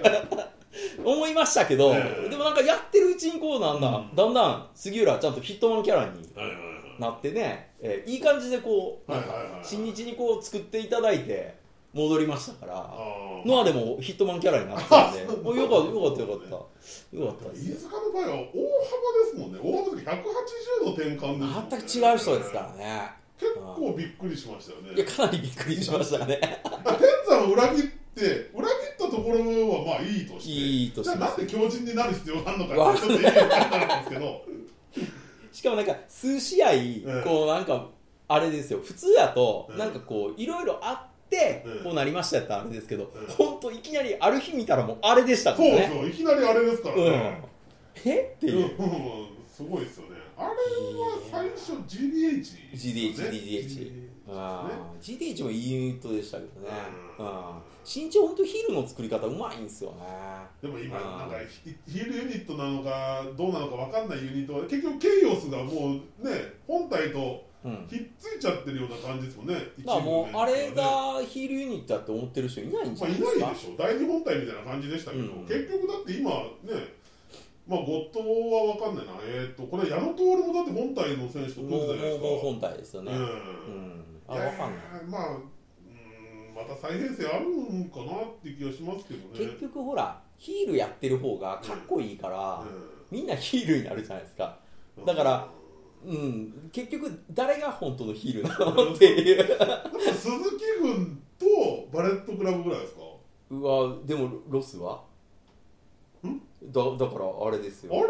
Speaker 1: 思いましたけど、
Speaker 2: ええ
Speaker 1: でもなんかやってるうちにこうなんだ、
Speaker 2: うん
Speaker 1: だんだん杉浦はちゃんとヒットマンキャラに
Speaker 2: はいはいはい
Speaker 1: なってね、ええいい感じでこう、
Speaker 2: はいはいはい
Speaker 1: 新日にこう作っていただいて戻りましたから
Speaker 2: あー
Speaker 1: ノアでもヒットマンキャラになってたんで もうよかったよかったよかったよかったです
Speaker 2: 飯塚の場合は大幅ですもんね大幅というか180度転換ですもんね
Speaker 1: 全く違う人ですからね
Speaker 2: 結構びっくりしましたよね
Speaker 1: いやかなりびっくりしましたね
Speaker 2: あ天山を裏切って裏切ったところはまあ いいとして
Speaker 1: いいとして
Speaker 2: じゃあなんで強靭になる必要があるの
Speaker 1: わ
Speaker 2: かちょっと意味わかんないんですけど
Speaker 1: しかもなんか数試合
Speaker 2: ん
Speaker 1: こうなんかあれですよ普通だと
Speaker 2: うん
Speaker 1: なんかこういろいろあって
Speaker 2: うん
Speaker 1: こうなりましたやったらあれですけど
Speaker 2: うん
Speaker 1: 本当いきなりある日見たらもうあれでしたか
Speaker 2: そう
Speaker 1: らね
Speaker 2: そう、いきなりあれですから
Speaker 1: うん
Speaker 2: ね。
Speaker 1: えって
Speaker 2: うん、
Speaker 1: いう
Speaker 2: すごいですよね。あれは最初 GDH ですね、
Speaker 1: GDH GDH あ
Speaker 2: ね。
Speaker 1: ー GDH もいいユニットでしたけどね
Speaker 2: うん
Speaker 1: うん身長ほんとヒールの作り方うまいんですよね
Speaker 2: でも今、
Speaker 1: あー
Speaker 2: なんかヒヒールユニットなのか、どうなのか分かんないユニットは、結局、ケイオスがもうね、本体と
Speaker 1: うん
Speaker 2: ひっついちゃってるような感じですもんね、一
Speaker 1: まあ
Speaker 2: 部の
Speaker 1: も
Speaker 2: ね
Speaker 1: うあれ、がヒールユニットだって思ってる人いないんじ
Speaker 2: ま
Speaker 1: ゃ
Speaker 2: あ、
Speaker 1: ない
Speaker 2: い
Speaker 1: で
Speaker 2: な
Speaker 1: すか
Speaker 2: いでしょ、第二本体みたいな感じでしたけど、
Speaker 1: うん
Speaker 2: 結局だって今、ね、まあ、ゴッドは分かんないな、えー、っと、これ、矢野徹もだって本体の選手と組ん
Speaker 1: もう
Speaker 2: でた
Speaker 1: も
Speaker 2: じゃないうですか。
Speaker 1: もう本体ですよね
Speaker 2: う
Speaker 1: うんんあわかんない
Speaker 2: やまあ、うん、また再編成あるんかなって気がしますけどね。
Speaker 1: 結局ほらヒールやってる方がかっこいいから、みんなヒールになるじゃないですか
Speaker 2: うん
Speaker 1: だから、うん結局誰が本当のヒールなのって いう
Speaker 2: だから鈴木軍とバレットクラブぐらいですか。
Speaker 1: うわでもロスは
Speaker 2: ん
Speaker 1: だだからあれです
Speaker 2: あれ
Speaker 1: よ
Speaker 2: は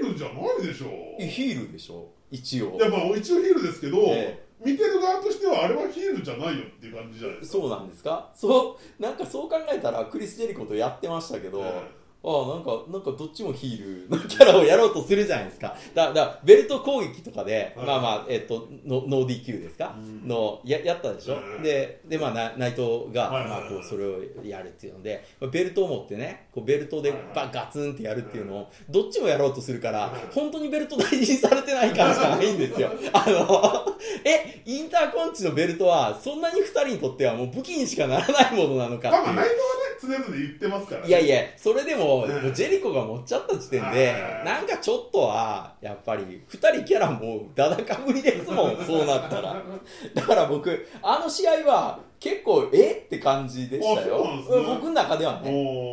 Speaker 2: ヒールじゃないでしょう。
Speaker 1: ヒールでしょ一応
Speaker 2: いや、まあ、一応ヒールですけど、
Speaker 1: え
Speaker 2: 見てる側としては、あれはヒールじゃないよっていう感じじゃないですか。
Speaker 1: そうなんですかそうなんかそう考えたらクリス・ジェリコとやってましたけど、
Speaker 2: え
Speaker 1: ああなんかなんかどっちもヒールのキャラをやろうとするじゃないですかだだからベルト攻撃とかで、
Speaker 2: はい
Speaker 1: まあまあ、えっと、のノー DQ ですか、
Speaker 2: うん
Speaker 1: のややったでしょ、
Speaker 2: うん
Speaker 1: でで、まあ、な内藤が、
Speaker 2: はいはいはい
Speaker 1: まあ、こうそれをやるっていうので、まあ、ベルトを持ってねこうベルトで
Speaker 2: はいはい
Speaker 1: バガツンってやるっていうのをどっちもやろうとするから、
Speaker 2: はい
Speaker 1: 本当にベルト大事にされてない感じがないんです よあのえインターコンチのベルトはそんなに2人にとってはもう武器にしかならないものなのかっ
Speaker 2: え
Speaker 1: て
Speaker 2: まあまあ、
Speaker 1: いう
Speaker 2: 内藤はね、常々言ってますから、ね。
Speaker 1: いやいや、それでも、
Speaker 2: うん
Speaker 1: もうジェリコが持っちゃった時点
Speaker 2: は
Speaker 1: で
Speaker 2: いはいは、い
Speaker 1: なんかちょっとは、やっぱり、二人キャラもう、だだかぶりですもん、そうなったら。だから僕、あの試合は、結構、えって感じでした
Speaker 2: あそう
Speaker 1: よ
Speaker 2: なんで。すね
Speaker 1: 僕の中ではね。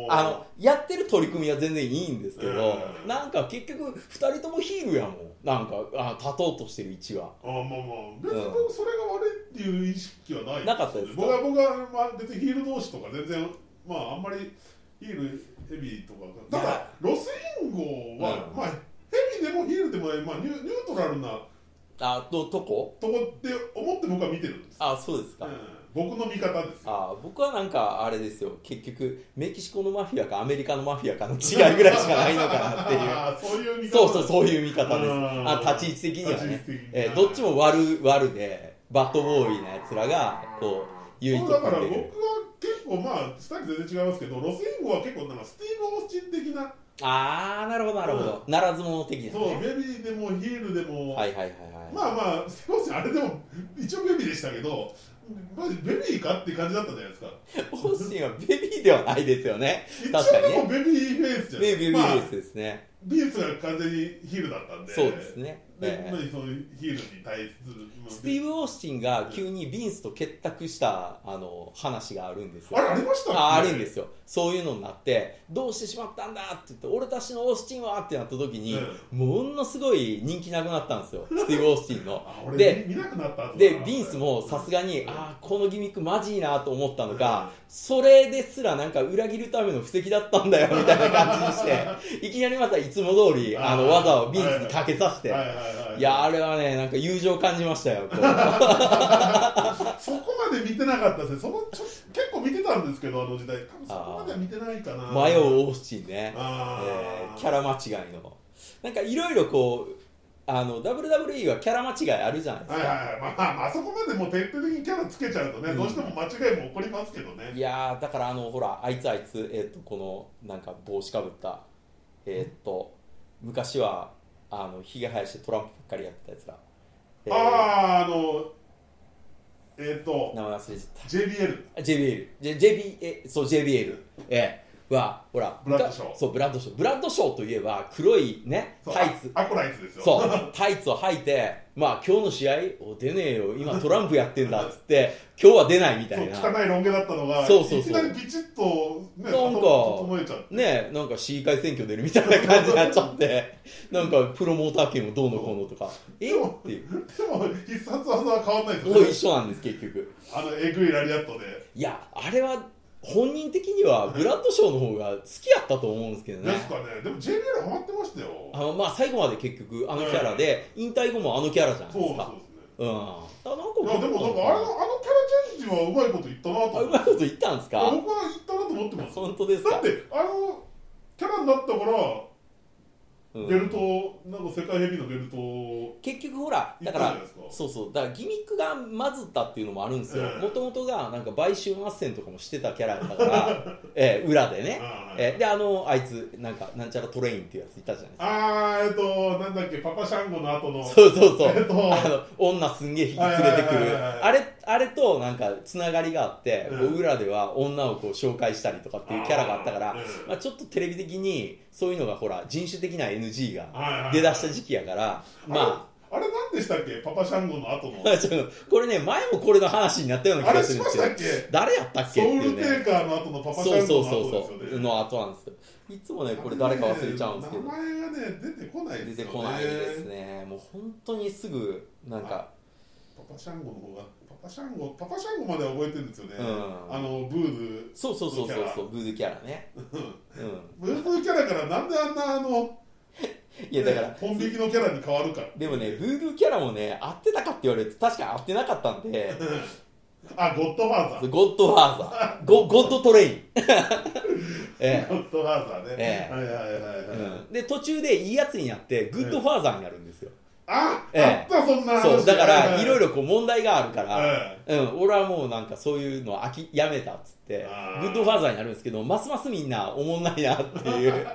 Speaker 2: おー
Speaker 1: あの、やってる取り組みは全然いいんですけど、
Speaker 2: うん
Speaker 1: なんか結局、二人ともヒールやもん。なんか、あ立とうとしてる位置は。
Speaker 2: あまあまあ別に僕それが悪いっていう意識はない、
Speaker 1: なかったですか
Speaker 2: 僕は僕は、まあ、別にヒール同士とか全然まああんまりヒールヘビーとか
Speaker 1: い
Speaker 2: ただ
Speaker 1: や
Speaker 2: ロスインゴは、
Speaker 1: うん
Speaker 2: まあヘビーでもヒールでもない、まあ、ニュニュートラルな
Speaker 1: あ、ど、どこと
Speaker 2: こって思って僕は見てるんです、
Speaker 1: あ、そうです
Speaker 2: う
Speaker 1: か。
Speaker 2: ん、僕の見方ですよ
Speaker 1: あー僕はなんかあれですよ結局メキシコのマフィアかアメリカのマフィアかの違いぐらいしかないのかなっていう
Speaker 2: ああ そういう見方
Speaker 1: そうそうそういう見方です
Speaker 2: うん
Speaker 1: あ立ち位置的にはね
Speaker 2: 立ち位置的に
Speaker 1: えーどっちも悪悪でバッドボーイなやつらがこうユニッ
Speaker 2: そう
Speaker 1: ト
Speaker 2: だから
Speaker 1: 組
Speaker 2: 僕
Speaker 1: んで
Speaker 2: は
Speaker 1: る
Speaker 2: 結構まあスタイル全然違いますけどロスインゴは結構なんかスティーブ・オースチン的な
Speaker 1: ああなるほどなるほど、ならず者的です
Speaker 2: そう、
Speaker 1: ね
Speaker 2: ベビーでもヒールでも、
Speaker 1: はいはいはいはい、
Speaker 2: まあまあ、少しあれでも、一応ベビーでしたけど、まあ、ベビーかって感じだったじゃないですか。
Speaker 1: オーシンはベビーではないですよね
Speaker 2: 一
Speaker 1: 確かに
Speaker 2: 応で
Speaker 1: ね
Speaker 2: もベビーフェイスじゃない
Speaker 1: ねベビ
Speaker 2: まあ
Speaker 1: ーですですね、
Speaker 2: ビースが完全にヒールだったんで、
Speaker 1: そうですね、
Speaker 2: で
Speaker 1: えー
Speaker 2: まあそのヒールに対する、まあ
Speaker 1: スティーブ・オースティンが急にビンスと結託したあの話があるんですよ
Speaker 2: あれありましたっけ
Speaker 1: ああるんですよそういうのになってどうしてしまったんだって言って俺たちのオースティンはってなった時に、ものすごい人気なくなったん ですよスティーブ・オースティンの
Speaker 2: あ俺
Speaker 1: で
Speaker 2: 見見なくなった後だ
Speaker 1: でビンスもさすがに、
Speaker 2: うん
Speaker 1: ああこのギミックマジいいなと思ったの
Speaker 2: う
Speaker 1: か
Speaker 2: ん、
Speaker 1: それですらなんか裏切るための布石だったんだよみたいな感じにし ていきなりまたいつも通りあの
Speaker 2: あー
Speaker 1: 技をビンスにかけさせて、
Speaker 2: はい
Speaker 1: い
Speaker 2: はいはいはい、
Speaker 1: やあれはねなんか友情感じましたよこう
Speaker 2: そこまで見てなかったですねそのちょ結構見てたんですけどあの時代多分そこまでは見てないかな
Speaker 1: 迷うオースティンね
Speaker 2: あ
Speaker 1: えー
Speaker 2: ー
Speaker 1: キャラ間違いのなんかいろいろこうあの WWE はキャラ間違いあるじゃないです
Speaker 2: はい
Speaker 1: か、
Speaker 2: はいはい、まあまあ、まあそこまでもう徹底的にキャラつけちゃうとね、
Speaker 1: うん
Speaker 2: どうしても間違いも起こりますけど
Speaker 1: い、
Speaker 2: ね。
Speaker 1: やーだからあのほらあいつあいつ、えっとこのなんか帽子かぶったえっと昔はあのひげ生やしてトランプばっかりやってたやつら、えー
Speaker 2: ああー、あの、えっ、と、
Speaker 1: 名前忘れちゃっ
Speaker 2: JBL、
Speaker 1: たあ JBL J- JB えそう JBL えーはほら
Speaker 2: ブラッドショー
Speaker 1: そうブラッドショーブラッドショーといえば黒いね
Speaker 2: そう
Speaker 1: タイツ
Speaker 2: アコライツですよ。
Speaker 1: そう、タイツを履いて、まあ今日の試合、お出ねえよ、今トランプやってんだっつって、今日は出ないみた
Speaker 2: そう
Speaker 1: いな。
Speaker 2: 汚いロン毛だったのが、
Speaker 1: そうそうそう
Speaker 2: きなりピチッと、ね、
Speaker 1: なんか
Speaker 2: 整えちゃって。
Speaker 1: ねえ、なんか市議会選挙出るみたいな感じになっちゃって、なんかプロモーター権もどうのこうのとか、え
Speaker 2: そう
Speaker 1: っていう。
Speaker 2: でも、必殺技は変わんない
Speaker 1: もう
Speaker 2: で
Speaker 1: 一
Speaker 2: す
Speaker 1: 緒なんです、結局。
Speaker 2: よ、あの、えぐいラリアットで。
Speaker 1: いや、あれは本人的にはブラッドショーの方が好きやったと思うんですけどね
Speaker 2: です。かね、でも JBL ハマってましたよ。
Speaker 1: あのまあ最後まで結局あのキャラで、引退後もあのキャラじゃない
Speaker 2: そう
Speaker 1: です
Speaker 2: そ
Speaker 1: か。
Speaker 2: うですね。
Speaker 1: うんあなんか
Speaker 2: いやでもなんかあれのあのキャラチェンジはうまいこと言ったなと
Speaker 1: あう
Speaker 2: 思っ
Speaker 1: ま
Speaker 2: て
Speaker 1: いこと言ったんです
Speaker 2: いや
Speaker 1: か
Speaker 2: 僕は言ったなと思ってます
Speaker 1: 本当です
Speaker 2: だっ
Speaker 1: か
Speaker 2: てあのキャラになったから
Speaker 1: うん
Speaker 2: ベルト、なんか世界ヘビーのベルトを
Speaker 1: 結局ほら
Speaker 2: 言
Speaker 1: だ
Speaker 2: っ
Speaker 1: か
Speaker 2: た
Speaker 1: ら
Speaker 2: じゃないですか
Speaker 1: そうそうだからギミックがまずったっていうのもあるんですよ
Speaker 2: ええ
Speaker 1: もともとがなんか買収斡旋とかもしてたキャラだ から、ええ裏でね、
Speaker 2: あーはい
Speaker 1: ええであのあいつなんかなんちゃらトレインっていうやついたじゃないですか
Speaker 2: あーえっとなんだっけパパシャンゴの後の
Speaker 1: そうそうそう、
Speaker 2: えっと
Speaker 1: あの女すんげえ引き連れてく
Speaker 2: はいはい
Speaker 1: る
Speaker 2: はいはい
Speaker 1: あれあれとなんかつながりがあって、こう
Speaker 2: うん
Speaker 1: 裏では女をこう紹介したりとかっていうキャラがあったから
Speaker 2: あーうん
Speaker 1: まあ、ちょっとテレビ的にそういうのがほら人種的な NG
Speaker 2: はいはいは
Speaker 1: が
Speaker 2: い
Speaker 1: 出だした時期やからま
Speaker 2: あれあれ何でしたっけパパシャンゴの後 の
Speaker 1: あちょっとこれね前もこれの話になったような
Speaker 2: あ
Speaker 1: 気
Speaker 2: れ
Speaker 1: がす
Speaker 2: し
Speaker 1: るん
Speaker 2: ま
Speaker 1: です
Speaker 2: し
Speaker 1: けど
Speaker 2: たっけ
Speaker 1: 誰やったっけっ
Speaker 2: ソ
Speaker 1: て
Speaker 2: ウ
Speaker 1: い
Speaker 2: ル
Speaker 1: う
Speaker 2: テ
Speaker 1: ね
Speaker 2: ーカーの後のパパシ
Speaker 1: そう
Speaker 2: ャン
Speaker 1: そう
Speaker 2: ゴの
Speaker 1: そう
Speaker 2: 後
Speaker 1: そ
Speaker 2: で
Speaker 1: う、
Speaker 2: すよね
Speaker 1: の後なんですよいつもねこれ誰か忘れちゃうんですけど
Speaker 2: 名前がね出てこない
Speaker 1: 出
Speaker 2: です
Speaker 1: て
Speaker 2: よね
Speaker 1: こないですねもう本当にすぐなんか
Speaker 2: パパシャンゴの方がパパシャンゴパパシャンゴまでは覚えてるんですよね、
Speaker 1: うん
Speaker 2: あのブール
Speaker 1: そうそうそうそう
Speaker 2: キャ
Speaker 1: そ
Speaker 2: ラ
Speaker 1: うブードゥーキャラねうん
Speaker 2: ブールキャラからなんであんなあの
Speaker 1: いやだから
Speaker 2: ポン引きのキャラに変わるか
Speaker 1: でもねブードゥーキャラもね合ってたかって言われると確かに合ってなかったん で
Speaker 2: あゴッドファーザー
Speaker 1: ゴッドファーザーゴゴッドトレ インええ
Speaker 2: ゴッドファーザーね、
Speaker 1: ええ
Speaker 2: はいはいはいはい、
Speaker 1: うんで途中でいいやつになってグッドファーザーになるんですよ、
Speaker 2: あ、
Speaker 1: ええ
Speaker 2: あったそんな話
Speaker 1: そうだからいろい
Speaker 2: ろ
Speaker 1: ろこう問題があるから、
Speaker 2: え
Speaker 1: うん、俺はもうなんかそういうの飽きやめたっつって
Speaker 2: あー
Speaker 1: グッドファーザーになるんですけどますますみんなおもんないなって いう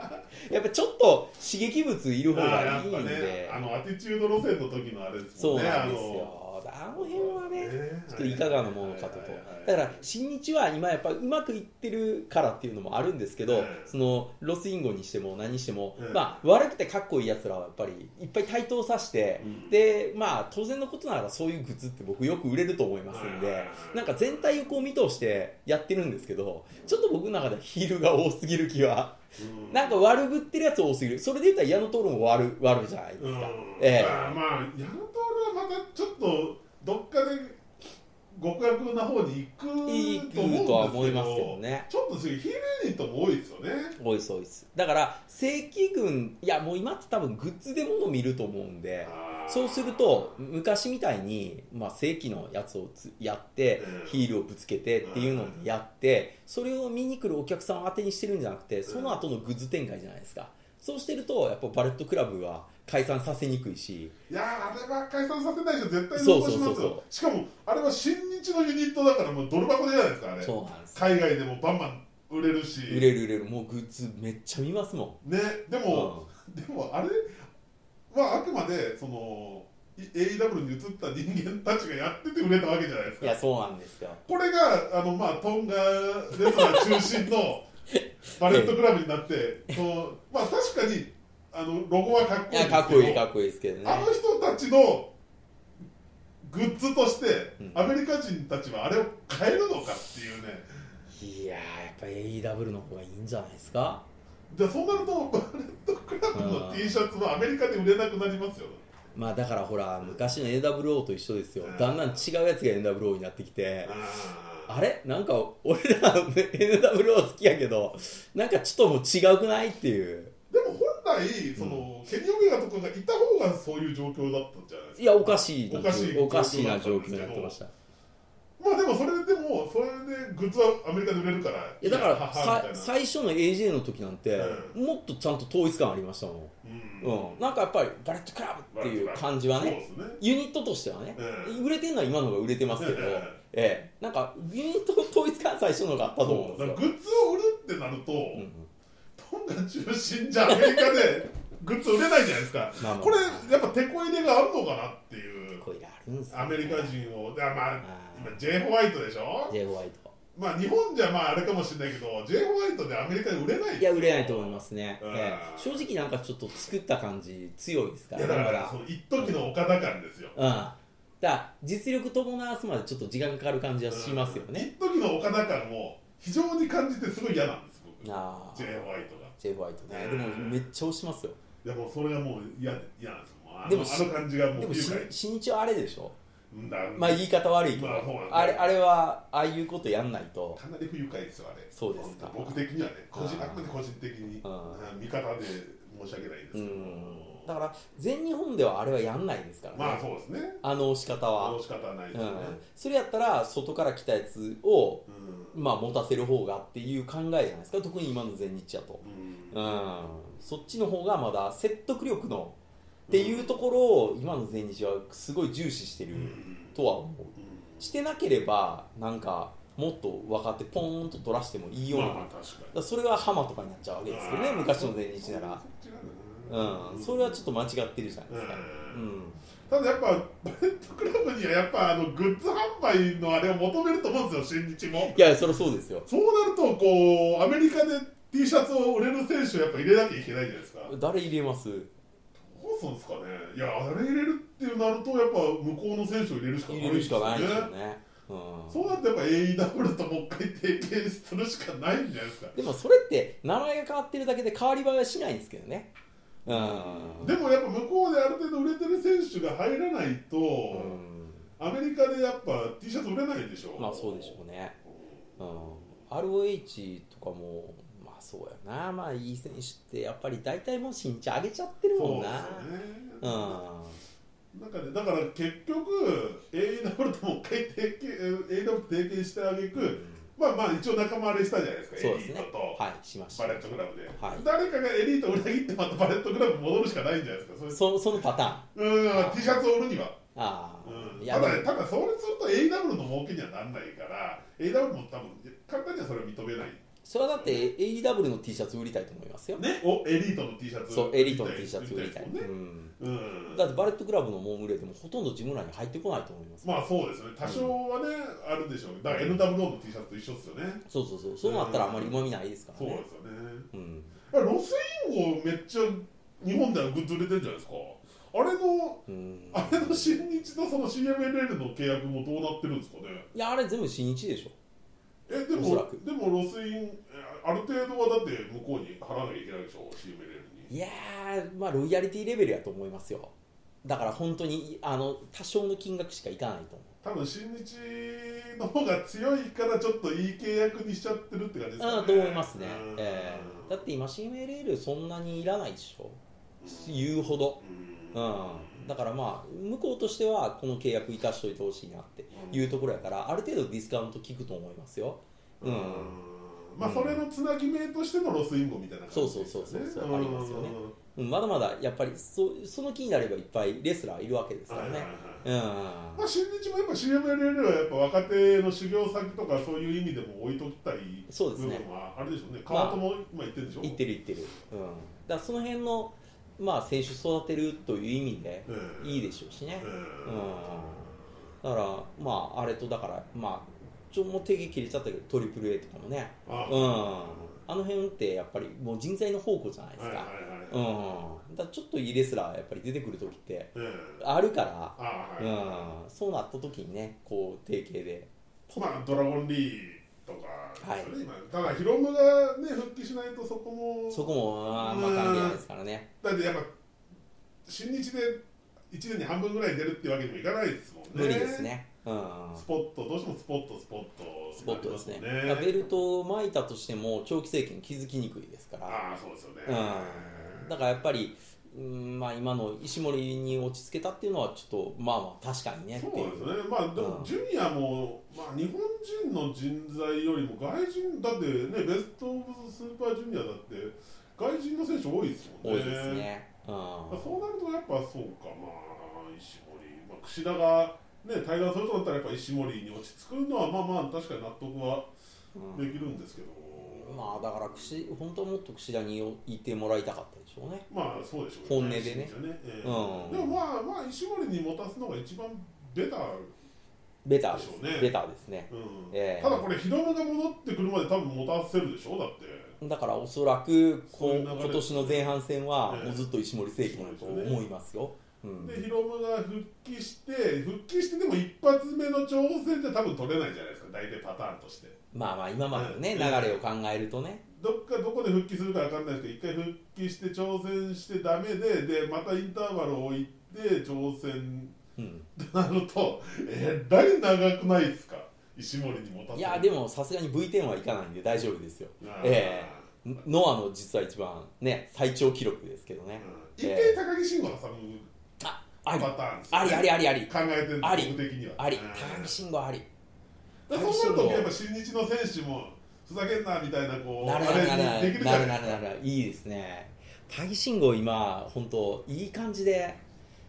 Speaker 1: やっぱちょっと刺激物いる方
Speaker 2: あや
Speaker 1: が
Speaker 2: っ
Speaker 1: いい
Speaker 2: ぱ
Speaker 1: ん
Speaker 2: ね
Speaker 1: で
Speaker 2: あのアティチュード路線の時のあれです
Speaker 1: そ
Speaker 2: も
Speaker 1: うん
Speaker 2: ね
Speaker 1: なんですよあの辺はね
Speaker 2: ね
Speaker 1: ちょっといかがなものかとと
Speaker 2: はいはいはいはい
Speaker 1: だから新日は今やっぱうまくいってるからっていうのもあるんですけど、
Speaker 2: うん
Speaker 1: そのロスインゴにしても何にしても、
Speaker 2: うん
Speaker 1: まあ悪くてかっこいいやつらはやっぱりいっぱい対等させて、
Speaker 2: うん
Speaker 1: でまあ当然のことならそういうグッズって僕よく売れると思いますん
Speaker 2: はいは
Speaker 1: で
Speaker 2: いはい
Speaker 1: なんか全体をこう見通してやってるんですけどちょっと僕の中ではヒールが多すぎる気は
Speaker 2: うん
Speaker 1: なんか悪ぶってるやつ多すぎるそれで言ったら矢野徹も悪悪じゃないです
Speaker 2: うん
Speaker 1: か、ええ
Speaker 2: まあまあ矢野徹はまたちょっとどっかで極悪な方に行
Speaker 1: いい
Speaker 2: くと思うんですけど
Speaker 1: とは思いますけどね
Speaker 2: ちょっと次ヒールユニットも多いですよね
Speaker 1: 多いです多いですだから正規軍いやもう今って多分グッズでもの見ると思うんで
Speaker 2: あー
Speaker 1: そうすると昔みたいに、まあ、正規のやつをつやって
Speaker 2: うん
Speaker 1: ヒールをぶつけてっていうのをやってそれを見に来るお客さんを当てにしてるんじゃなくてその後のグッズ展開じゃないですかそうしてるとやっぱバレットクラブは解散させにくいし
Speaker 2: いやーあれは解散させないでしょ絶対
Speaker 1: そうそ
Speaker 2: 残
Speaker 1: う
Speaker 2: します
Speaker 1: そう
Speaker 2: よ
Speaker 1: そ
Speaker 2: しかもあれは新日のユニットだからもうドル箱でじゃないですかあれ
Speaker 1: そうなんです
Speaker 2: 海外でもバンバン売れるし
Speaker 1: 売れる売れるもうグッズめっちゃ見ますもん
Speaker 2: ねで
Speaker 1: うん
Speaker 2: も、でもあれはあくまでそのい AEW に移った人間たちがやってて売れたわけじゃないです
Speaker 1: い
Speaker 2: か
Speaker 1: やそうなんですよ
Speaker 2: これがあの、まあ、トンガレスラー中心のバレットクラブになって、そのまあ、確かにあのロゴはかっ
Speaker 1: い
Speaker 2: こいい
Speaker 1: や
Speaker 2: んですけど
Speaker 1: かっこいいかっこいいですけどね
Speaker 2: あの人たちのグッズとして、
Speaker 1: うん
Speaker 2: アメリカ人たちはあれを買えるのかっていうね
Speaker 1: いやーやっぱ AEW の方がいいんじゃないですか
Speaker 2: じゃあそうなるとバレットクラブの T シャツはアメリカで売れなくなりますよ
Speaker 1: まあだからほら昔の NWO と一緒ですよ
Speaker 2: うん
Speaker 1: だんだん違うやつが NWO になってきて
Speaker 2: あ
Speaker 1: あれなんか俺ら NWO 好きやけどなんかちょっともう違くないっていう
Speaker 2: でも本来その、ケニー・オメガとかがいた方がそういう状況だったんじゃないです
Speaker 1: いやおかしいな
Speaker 2: おかしい
Speaker 1: おかしいな状況になってましたい
Speaker 2: かまあでもそれでもそれでグッズはアメリカで売れるから
Speaker 1: やだからさ
Speaker 2: いやははみたいな
Speaker 1: 最初の AJ の時なんてもっとちゃんと統一感ありましたもん、うん、なんかやっぱりバレットクラブっていう感じはね
Speaker 2: そうですね
Speaker 1: ユニットとしてはね、
Speaker 2: うん
Speaker 1: 売れてるのは今の方が売れてますけど、
Speaker 2: うん
Speaker 1: ええなんかユニット統一感最初のがあったと思うんです
Speaker 2: そうだ
Speaker 1: よ
Speaker 2: から、グッズを売るってなると、
Speaker 1: うんうん
Speaker 2: トンガ中心じゃアメリカで グッズ売れないじゃないですか、
Speaker 1: まあまあ
Speaker 2: これやっぱテこ入れがあるのかなっていう
Speaker 1: こういうのあるんですよね
Speaker 2: アメリカ人をだからまあ
Speaker 1: あー
Speaker 2: 今 J ホワイトでしょ
Speaker 1: J. ホワイト
Speaker 2: まあ日本じゃまああれかもしれないけど J ホワイトでアメリカで売れない
Speaker 1: いや売れないと思い
Speaker 2: すよ
Speaker 1: ますね、
Speaker 2: うん
Speaker 1: ええ正直なんかちょっと作った感じ強いですか
Speaker 2: い
Speaker 1: ら
Speaker 2: やだか
Speaker 1: ま
Speaker 2: らその一時の岡田感ですよ
Speaker 1: うんだから実力伴わすまでちょっと時間がかかる感じはしますよね、
Speaker 2: 一時の岡田感を非常に感じてすごい嫌なんです僕 J
Speaker 1: ああ
Speaker 2: ホワイトが
Speaker 1: J. ホワイトね
Speaker 2: う
Speaker 1: で
Speaker 2: ん
Speaker 1: もめっちゃ押しますよ
Speaker 2: いやもうそれがもう嫌で嫌なんですよもうあの
Speaker 1: でも
Speaker 2: あの感じがも
Speaker 1: で
Speaker 2: う
Speaker 1: も
Speaker 2: 不愉
Speaker 1: し
Speaker 2: 快
Speaker 1: 新日はあれでしょ
Speaker 2: うんだ
Speaker 1: まあ言い方悪いけど、
Speaker 2: まあそうなんだ
Speaker 1: あれあれはああいうことやんないと
Speaker 2: かなり不愉快ですよあれ
Speaker 1: そうですか
Speaker 2: 僕的にはね個人
Speaker 1: あー
Speaker 2: あくまで個人的に
Speaker 1: あ
Speaker 2: うん見方で申し訳ないですけど、
Speaker 1: うんだから全日本ではあれはやんないですからね、
Speaker 2: まあそうですね
Speaker 1: あの押し方は、
Speaker 2: もう仕方ないで
Speaker 1: う
Speaker 2: すよね、
Speaker 1: ん、それやったら外から来たやつを、
Speaker 2: うん
Speaker 1: まあ、持たせる方がっていう考えじゃないですか特に今の全日やと、
Speaker 2: う
Speaker 1: う
Speaker 2: ん
Speaker 1: ん、そっちの方がまだ説得力のっていうところを今の全日はすごい重視してる
Speaker 2: うん
Speaker 1: とは思うしてなければなんかもっと若手ポーンと取らしてもいいような、
Speaker 2: まあまあ確か
Speaker 1: だからそれは浜とかになっちゃうわけですけどね
Speaker 2: あー
Speaker 1: 昔の全日なら
Speaker 2: に
Speaker 1: うんそれはちょっと間違ってるじゃないで
Speaker 2: う
Speaker 1: すかうんん
Speaker 2: ただやっぱバレットクラブにはやっぱあのグッズ販売のあれを求めると思うんですよ新日も
Speaker 1: いやそりゃそうですよ
Speaker 2: そうなるとこうアメリカで T シャツを売れる選手をやっぱ入れなきゃいけないじゃないですかど
Speaker 1: 誰入れます
Speaker 2: うするんですかねいやあれ入れるってなるとやっぱ向こうの選手を入れるしか
Speaker 1: 入
Speaker 2: な
Speaker 1: れ
Speaker 2: いで
Speaker 1: る
Speaker 2: す
Speaker 1: し
Speaker 2: よ
Speaker 1: か
Speaker 2: ね
Speaker 1: ないですよねうん
Speaker 2: そうなるとやっぱ AEW ともう一回提携するしかないんじゃないですか
Speaker 1: でもそれって名前が変わってるだけで変わり映えはしないんですけどねうん
Speaker 2: でもやっぱ向こうである程度売れてる選手が入らないと、
Speaker 1: うん
Speaker 2: アメリカでやっぱ T シャツ売れないでしょ
Speaker 1: まあそうでしょうねうん ROH とかもまあそうやなまあいい選手ってやっぱり大体もう身長上げちゃってる
Speaker 2: そ
Speaker 1: も
Speaker 2: うんですよ
Speaker 1: なう
Speaker 2: ね、
Speaker 1: ん
Speaker 2: なんかね、だから結局 AEW ともう一回提携 AEW と提携してあげくまあまあ一応仲間割れしたじゃないですか
Speaker 1: そうですね
Speaker 2: エリートと、
Speaker 1: はいしました
Speaker 2: バレットクラブで、
Speaker 1: はい
Speaker 2: 誰かがエリートを裏切ってまたバレットクラブに戻るしかないんじゃないですかそれ
Speaker 1: そそのパターン
Speaker 2: うん、T シャツを売るには
Speaker 1: ああ、
Speaker 2: うん
Speaker 1: い
Speaker 2: た
Speaker 1: や
Speaker 2: だ
Speaker 1: で
Speaker 2: ね、ただそれすると AW の儲けにはならないから AW も多分簡単にはそれは認めない
Speaker 1: それはだって AEW の T シャツ売りたいと思いますよ、
Speaker 2: ねおエリートの T シャツ
Speaker 1: そうエリートの T シャツ売りたい、
Speaker 2: ね
Speaker 1: うん、
Speaker 2: うん
Speaker 1: だってバレットクラブのモームレーでもほとんど自分らに入ってこないと思います、
Speaker 2: まあそうですね多少はね、あるでしょうだから NWO の T シャツと一緒ですよね
Speaker 1: そうそうそうそうなったらあんまりうまみないですから
Speaker 2: そうで
Speaker 1: ね、
Speaker 2: すよね
Speaker 1: うん
Speaker 2: あロスインゴめっちゃ日本ではグッズ売れてるじゃないですかあれの
Speaker 1: うん、
Speaker 2: あれの新日とその CMLL の契約もどうなってるんですかね
Speaker 1: いやあれ全部新日でしょ
Speaker 2: えで
Speaker 1: おそら
Speaker 2: も
Speaker 1: く
Speaker 2: でもロスインある程度はだって向こうに払わなきゃいけないでしょ CMLL に
Speaker 1: いやーまあロイヤリティレベルやと思いますよだから本当にあの多少の金額しかいかないと思
Speaker 2: 多分新日の方が強いからちょっといい契約にしちゃってるって感じです
Speaker 1: う、
Speaker 2: かね。
Speaker 1: うんと思いますね
Speaker 2: うん、
Speaker 1: えーだって今 CMLL そんなにいらないでしょ言うほどうん、だからまあ向こうとしてはこの契約生かしといてほしいなっていうところやからある程度ディスカウント効くと思いますよ、うん
Speaker 2: うんまあそれのつなぎ目としてのロスインゴみたいな感じですよね。
Speaker 1: そうそうそうそう
Speaker 2: うん
Speaker 1: ありますよねうんまだまだやっぱりそその気になればいっぱいレスラーいるわけですか
Speaker 2: は
Speaker 1: ら
Speaker 2: いはいはい
Speaker 1: ね、うん
Speaker 2: まあ新日もやっぱ CMLL はやっぱ若手の修行先とかそういう意味でも置いときたり
Speaker 1: そうですね
Speaker 2: 部分はあれでしょうね。カ
Speaker 1: まあ
Speaker 2: ートも今言ってるでしょ。
Speaker 1: いってるいってる、うん、だからその辺の、まあ、選手育てるという意味で
Speaker 2: うん
Speaker 1: いいでしょうしね、
Speaker 2: う
Speaker 1: うんん、だからまああれとだからまあちょもう手毛切れちゃったけどトリプル a とかもね
Speaker 2: あ
Speaker 1: うん、あの辺ってやっぱりもう人材の宝庫じゃないです
Speaker 2: はい
Speaker 1: か、
Speaker 2: はいはい。
Speaker 1: うん、だからちょっといいレスラーやっぱり出てくる時って
Speaker 2: うん
Speaker 1: あるか
Speaker 2: あはい
Speaker 1: ら、うん、そうなった時にねこう提携で
Speaker 2: まあ、ドラゴンリーとか
Speaker 1: は
Speaker 2: で
Speaker 1: い
Speaker 2: すよね、今ただヒロムがね復帰しないとそこも
Speaker 1: そこもまあまあ関係ないですからね
Speaker 2: だってやっぱ新日で1年に半分ぐらい出るってわけにもいかないですもんね
Speaker 1: 無理ですね、うん、
Speaker 2: スポットどうしてもスポットスポット
Speaker 1: スポットですね
Speaker 2: になり
Speaker 1: だ
Speaker 2: ま
Speaker 1: から
Speaker 2: もん
Speaker 1: ベルトを巻いたとしても長期政権気づきにくいですから、
Speaker 2: ああそうですよね
Speaker 1: うん、だからやっぱり、うんまあ、今の石森に落ち着けたっていうのはちょっとまあまあ確かにねって
Speaker 2: そう
Speaker 1: い
Speaker 2: で
Speaker 1: う
Speaker 2: すねまあでも
Speaker 1: うん
Speaker 2: ジュニアも、まあ、日本人の人材よりも外人だってねベスト・オブ・スーパージュニアだって外人の選手多いですも
Speaker 1: 多
Speaker 2: んね
Speaker 1: いですね、うん
Speaker 2: まあ、そうなるとやっぱそうかまあ石森、まあ、櫛田がね対談するとなったらやっぱ石森に落ち着くのはまあまあ確かに納得は
Speaker 1: うん
Speaker 2: できるんですけど、
Speaker 1: まあだから櫛本当はもっと櫛田にいてもらいたかったでしょうね
Speaker 2: まあそうでしょう
Speaker 1: 本音でね
Speaker 2: そうですよええ
Speaker 1: うん
Speaker 2: でもまあまあ石森に持たすのが一番ベター、
Speaker 1: ベターです
Speaker 2: でしょうね
Speaker 1: ベターですね
Speaker 2: うん
Speaker 1: ええ
Speaker 2: ただこれヒロムが戻ってくるまで多分持たせるでしょだって
Speaker 1: だからおそらく
Speaker 2: そう
Speaker 1: こ
Speaker 2: いう流れ
Speaker 1: 今年の前半戦は
Speaker 2: ええ
Speaker 1: もうずっと石森聖輝だと思いますよ、うん
Speaker 2: でヒロムが復帰して復帰してでも一発目の挑戦じゃ多分取れないじゃないですか大体パターンとして
Speaker 1: まあまあ今までのね、
Speaker 2: ええ
Speaker 1: 流れを考えるとね、
Speaker 2: どっかどこで復帰するか分かんないですけど一回復帰して挑戦してダメででまたインターバルを置いて挑戦
Speaker 1: うん、
Speaker 2: となると えらい長くないですか石森に持たせる
Speaker 1: いやでもさすがに V10 はいかないんで大丈夫ですよ
Speaker 2: あー
Speaker 1: えノアの実は一番ね最長記録ですけどね、
Speaker 2: 一回高木慎吾挟む
Speaker 1: ああ
Speaker 2: パ
Speaker 1: り
Speaker 2: ターンですよ
Speaker 1: ありありありあり
Speaker 2: 考えてる
Speaker 1: あり
Speaker 2: 僕的には
Speaker 1: あり
Speaker 2: うん
Speaker 1: 高木慎吾あり
Speaker 2: だからそうなるとやっぱ新日の選手もふざけんなみたいなこう
Speaker 1: なるなるなるな
Speaker 2: あ
Speaker 1: る
Speaker 2: れできるじ
Speaker 1: な
Speaker 2: ゃ
Speaker 1: る
Speaker 2: な
Speaker 1: ないる
Speaker 2: です
Speaker 1: な
Speaker 2: か
Speaker 1: るいいですね高木慎吾今本当いい感じで、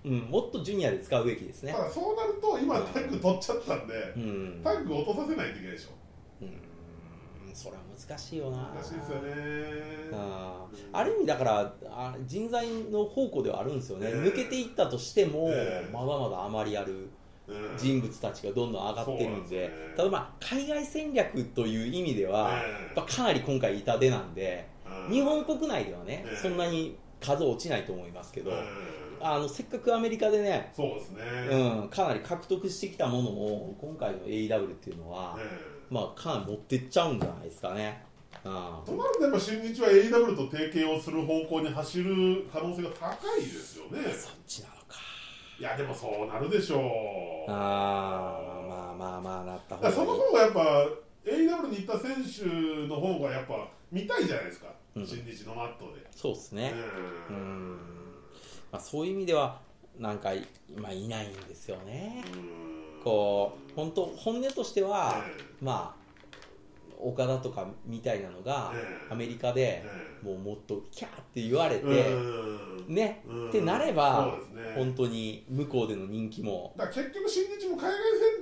Speaker 1: うん、もっとジュニアで使うべきですね
Speaker 2: ただそうなると今タッグ取っちゃったんで、
Speaker 1: うん
Speaker 2: タッグ落とさせないといけないでしょ
Speaker 1: うんそれは難しいよな
Speaker 2: 難しいですよね
Speaker 1: あーある意味だからあ人材の宝庫ではあるんですよね、
Speaker 2: うん
Speaker 1: 抜けていったとしても、
Speaker 2: うん
Speaker 1: まだまだ余りある
Speaker 2: うん
Speaker 1: 人物たちがどんどん上がってるんで、
Speaker 2: そうなんですね
Speaker 1: ただまあ海外戦略という意味では、
Speaker 2: うん
Speaker 1: やっぱかなり今回痛手なんで、
Speaker 2: うん
Speaker 1: 日本国内ではね、
Speaker 2: うん
Speaker 1: そんなに数落ちないと思いますけど、
Speaker 2: うん
Speaker 1: あのせっかくアメリカでね、
Speaker 2: そうですね、
Speaker 1: うん、かなり獲得してきたものを今回の AEW っていうのは、
Speaker 2: うん
Speaker 1: まあ、かなり持ってっちゃうんじゃないですかね。うん
Speaker 2: となるとやっぱ新日は AEW と提携をする方向に走る可能性が高いですよね
Speaker 1: そっちなのか。
Speaker 2: いやでもそうなるでしょう
Speaker 1: あーまあまあまあなった方がい
Speaker 2: だから
Speaker 1: い
Speaker 2: その方がやっぱ AEW に行った選手の方がやっぱ見たいじゃないですか、
Speaker 1: うん
Speaker 2: 新日のマットで、
Speaker 1: そうですね、
Speaker 2: う
Speaker 1: うんんまあ、そういう意味ではなんか今いないんですよねこう本当本音としては、まあ岡田とかみたいなのが、
Speaker 2: うん
Speaker 1: アメリカで、
Speaker 2: う
Speaker 1: もうもっとキャーって言われ
Speaker 2: んうん
Speaker 1: て、
Speaker 2: うん
Speaker 1: ね、
Speaker 2: うん
Speaker 1: ってなれば、
Speaker 2: そうですね
Speaker 1: 本当に向こうでの人気も
Speaker 2: だから結局新日も海外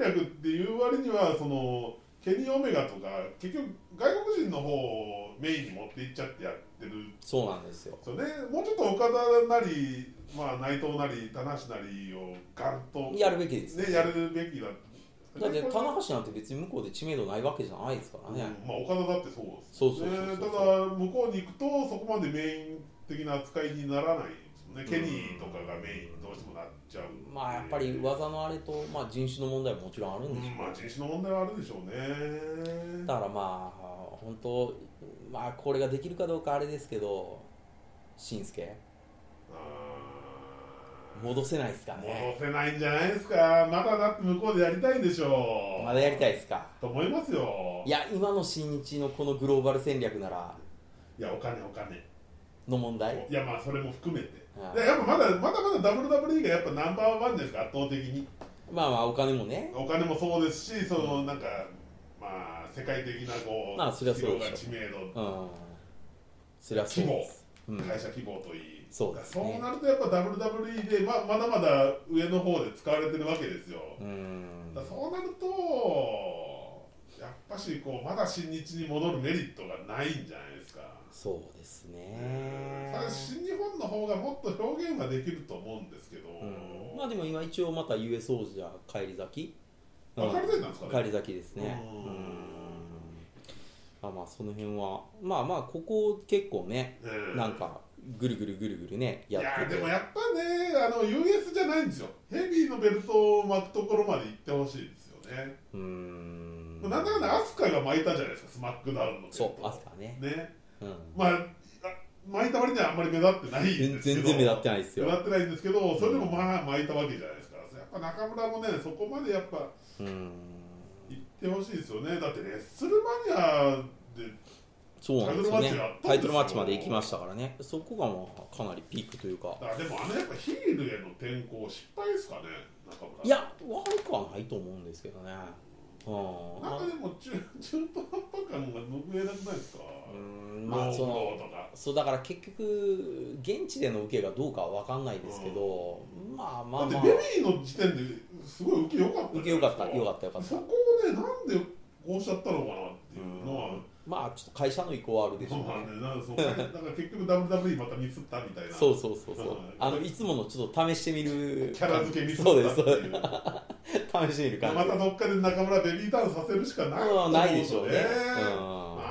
Speaker 2: 戦略っていう割にはそのケニー・オメガとか結局外国人の方をメインに持っていっちゃってやってるん
Speaker 1: そうなんですよ
Speaker 2: ですよねもうちょっと岡田なり、まあ、内藤なり棚橋なりをガンと
Speaker 1: やるべきです
Speaker 2: ね、やるべきだ
Speaker 1: だって
Speaker 2: これ
Speaker 1: 棚橋なんて別に向こうで知名度ないわけじゃないですから
Speaker 2: うん
Speaker 1: ね、
Speaker 2: まあ、岡田だってそうです
Speaker 1: そうそうそうそう
Speaker 2: ねただ向こうに行くとそこまでメイン的な扱いにならないですもんねケニーとかがメインどうしてもなっちゃう
Speaker 1: まあやっぱり技のあれと、まあ、人種の問題ももちろんあるんでしょう、
Speaker 2: まあ人種の問題はあるでしょうね
Speaker 1: だからまあ本当まあこれができるかどうかあれですけど紳助
Speaker 2: あ
Speaker 1: 戻せないですか
Speaker 2: ー
Speaker 1: ね
Speaker 2: 戻せないんじゃないですかまだだって向こうでやりたいんでしょう
Speaker 1: まだやりたいですか
Speaker 2: と思いますよ
Speaker 1: いや今の新日のこのグローバル戦略なら
Speaker 2: いやお金お金
Speaker 1: の問題
Speaker 2: いやまあそれも含めて
Speaker 1: あ
Speaker 2: いややっぱまだまだまだ WWE がやっぱナンバーワンじゃないですか圧倒的に
Speaker 1: まあまあお金もね
Speaker 2: お金もそうですしそのなんかまあ世界的なこう
Speaker 1: まあそりゃそう
Speaker 2: 企業
Speaker 1: で
Speaker 2: が
Speaker 1: し
Speaker 2: 知名度
Speaker 1: うんそりゃそうですうん
Speaker 2: 会社規模といい
Speaker 1: そうですね
Speaker 2: だからそうなるとやっぱ WWE でままだまだ上の方で使われてるわけですよ、
Speaker 1: うん
Speaker 2: だからそうなるとやっぱしこうまだ新日に戻るメリットがないんじゃないですか、
Speaker 1: そうですね
Speaker 2: ただ新日本の方がもっと表現ができると思うんですけど、
Speaker 1: うんまあでも今一応また US 王者返り咲き
Speaker 2: あ返り咲きなんですかね
Speaker 1: 返り咲きですね
Speaker 2: う
Speaker 1: うんま
Speaker 2: ん
Speaker 1: あまあその辺はまあまあここ結構ね
Speaker 2: うん
Speaker 1: なんかぐるぐるぐるぐるね
Speaker 2: いや
Speaker 1: やって
Speaker 2: で
Speaker 1: て
Speaker 2: もやっぱねあの US じゃないんですよヘビーのベルトを巻くところまで行ってほしいですよね、
Speaker 1: うーん
Speaker 2: もうなんだかんだアスカが巻いたじゃないですかスマックダウンのベルト
Speaker 1: そうアスカね
Speaker 2: ね
Speaker 1: うん
Speaker 2: まああ巻いた割にはあんまり目立ってないんですけど
Speaker 1: 全然目立ってないですよ
Speaker 2: 目立ってないんですけどそれでもまあ巻いたわけじゃないですかやっぱ中村もねそこまでやっぱ
Speaker 1: うーん
Speaker 2: 行ってほしいですよねだってレッスルマニアで
Speaker 1: そうなんですよねタ
Speaker 2: タ
Speaker 1: イ
Speaker 2: イ
Speaker 1: トル
Speaker 2: トル
Speaker 1: マ
Speaker 2: マ
Speaker 1: ッ
Speaker 2: ッ
Speaker 1: チ
Speaker 2: チ
Speaker 1: ま
Speaker 2: ま
Speaker 1: で行
Speaker 2: で行
Speaker 1: き
Speaker 2: き
Speaker 1: ま
Speaker 2: ま
Speaker 1: したからねそこがまあかなりピークというか
Speaker 2: だからでもあのやっぱヒールへの転向失敗ですかね中村
Speaker 1: いや悪くはないと思うんですけどねうん
Speaker 2: なん
Speaker 1: ま
Speaker 2: かでも中中途半端感が拭えなくないですか、
Speaker 1: あうーんまあそ
Speaker 2: ロ
Speaker 1: の
Speaker 2: ープとか
Speaker 1: そうだから結局現地での受けがどうかは分かんないですけど、まあまあま
Speaker 2: だっ
Speaker 1: あ
Speaker 2: てベビーの時点ですごい受け良かった
Speaker 1: 受けよかったよか
Speaker 2: っ
Speaker 1: ったよかった
Speaker 2: そこをねなんでこうしちゃったのかなっていうのは、
Speaker 1: まあちょっと会社の意向はあるでしょう
Speaker 2: そう
Speaker 1: ね
Speaker 2: なんだよなそうだから結局 WWE またミスったみたいな
Speaker 1: そうそうそうそう
Speaker 2: うん
Speaker 1: あのいつものちょっと試してみる
Speaker 2: キャラ付けミスった
Speaker 1: そ
Speaker 2: っ
Speaker 1: うです
Speaker 2: て
Speaker 1: そう
Speaker 2: い
Speaker 1: で
Speaker 2: うます
Speaker 1: 試してみる感じ
Speaker 2: たどっかで中村ベビーターンさせるしかないと思
Speaker 1: う
Speaker 2: う
Speaker 1: んんないでしょうねうん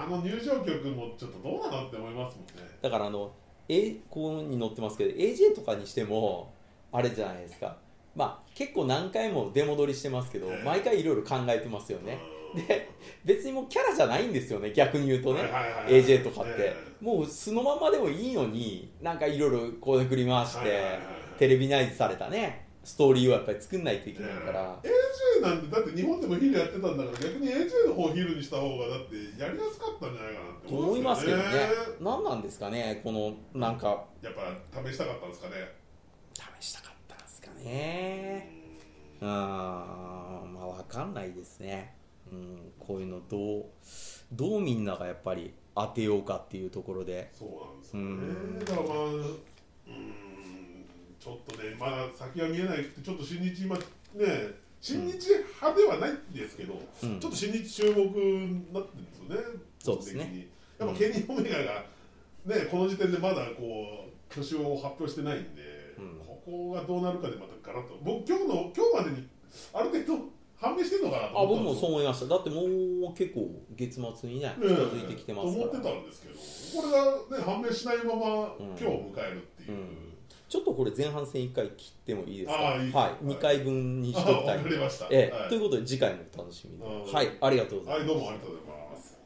Speaker 2: あの入場曲もちょっとどうなのって思いますもんね
Speaker 1: だからあの、A、ここに載ってますけど AJ とかにしてもあれじゃないですかまあ結構何回も出戻りしてますけど
Speaker 2: ええ
Speaker 1: 毎回いろいろ考えてますよね
Speaker 2: うん
Speaker 1: で別にもうキャラじゃないんですよね逆に言うとね、
Speaker 2: はいはいはい
Speaker 1: AJ とかって、
Speaker 2: え
Speaker 1: もう素のままでもいいのになんかいろいろこうでくり回して、
Speaker 2: はいはいはい
Speaker 1: テレビナイズされたねストーリーをやっぱり作んないといけないから、
Speaker 2: AJ なんてだって日本でもヒールやってたんだから逆に AJ の方をヒールにした方がだってやりやすかったんじゃないかなって思
Speaker 1: と思いますけどね
Speaker 2: そうですよね、
Speaker 1: 何なんですかね、このなんか、
Speaker 2: やっぱ試したかったんですかね
Speaker 1: 試したかったんですかね。うーん、まあ、わかんないですね。うん、こういうの、どう、どうみんながやっぱり当てようかっていうところで、
Speaker 2: そうなんですよね、
Speaker 1: うん
Speaker 2: だからまあうんちょっとねまだ先が見えないってちょっと新日今ね新日派ではないんですけど、
Speaker 1: うん
Speaker 2: ちょっと新日注目になってるんですよね
Speaker 1: そうですね
Speaker 2: 個人的にやっぱケニー・オメガがねこの時点でまだこう挙手を発表してないんで、
Speaker 1: うん
Speaker 2: ここがどうなるかでまたガラッと僕今日の今日までにある程度判明してるのかなと
Speaker 1: あ、僕
Speaker 2: 思
Speaker 1: も
Speaker 2: った
Speaker 1: そ
Speaker 2: ん
Speaker 1: う思いました。だってもう結構月末にね、
Speaker 2: ね
Speaker 1: 近づいてきてますか
Speaker 2: と思って
Speaker 1: ら。
Speaker 2: たんですけどこれがね判明しない
Speaker 1: う
Speaker 2: まま
Speaker 1: ん
Speaker 2: 今日を迎えるっていう、
Speaker 1: うんちょっとこれ前半戦1回切ってもいいですか
Speaker 2: あーいいですよ
Speaker 1: は
Speaker 2: はい
Speaker 1: い、2回分にし
Speaker 2: あ
Speaker 1: ておきたい
Speaker 2: わかりました
Speaker 1: ええ
Speaker 2: はい
Speaker 1: ということで次回もお楽しみに
Speaker 2: うん
Speaker 1: はいありがとうございます
Speaker 2: はいどうもありがとうございます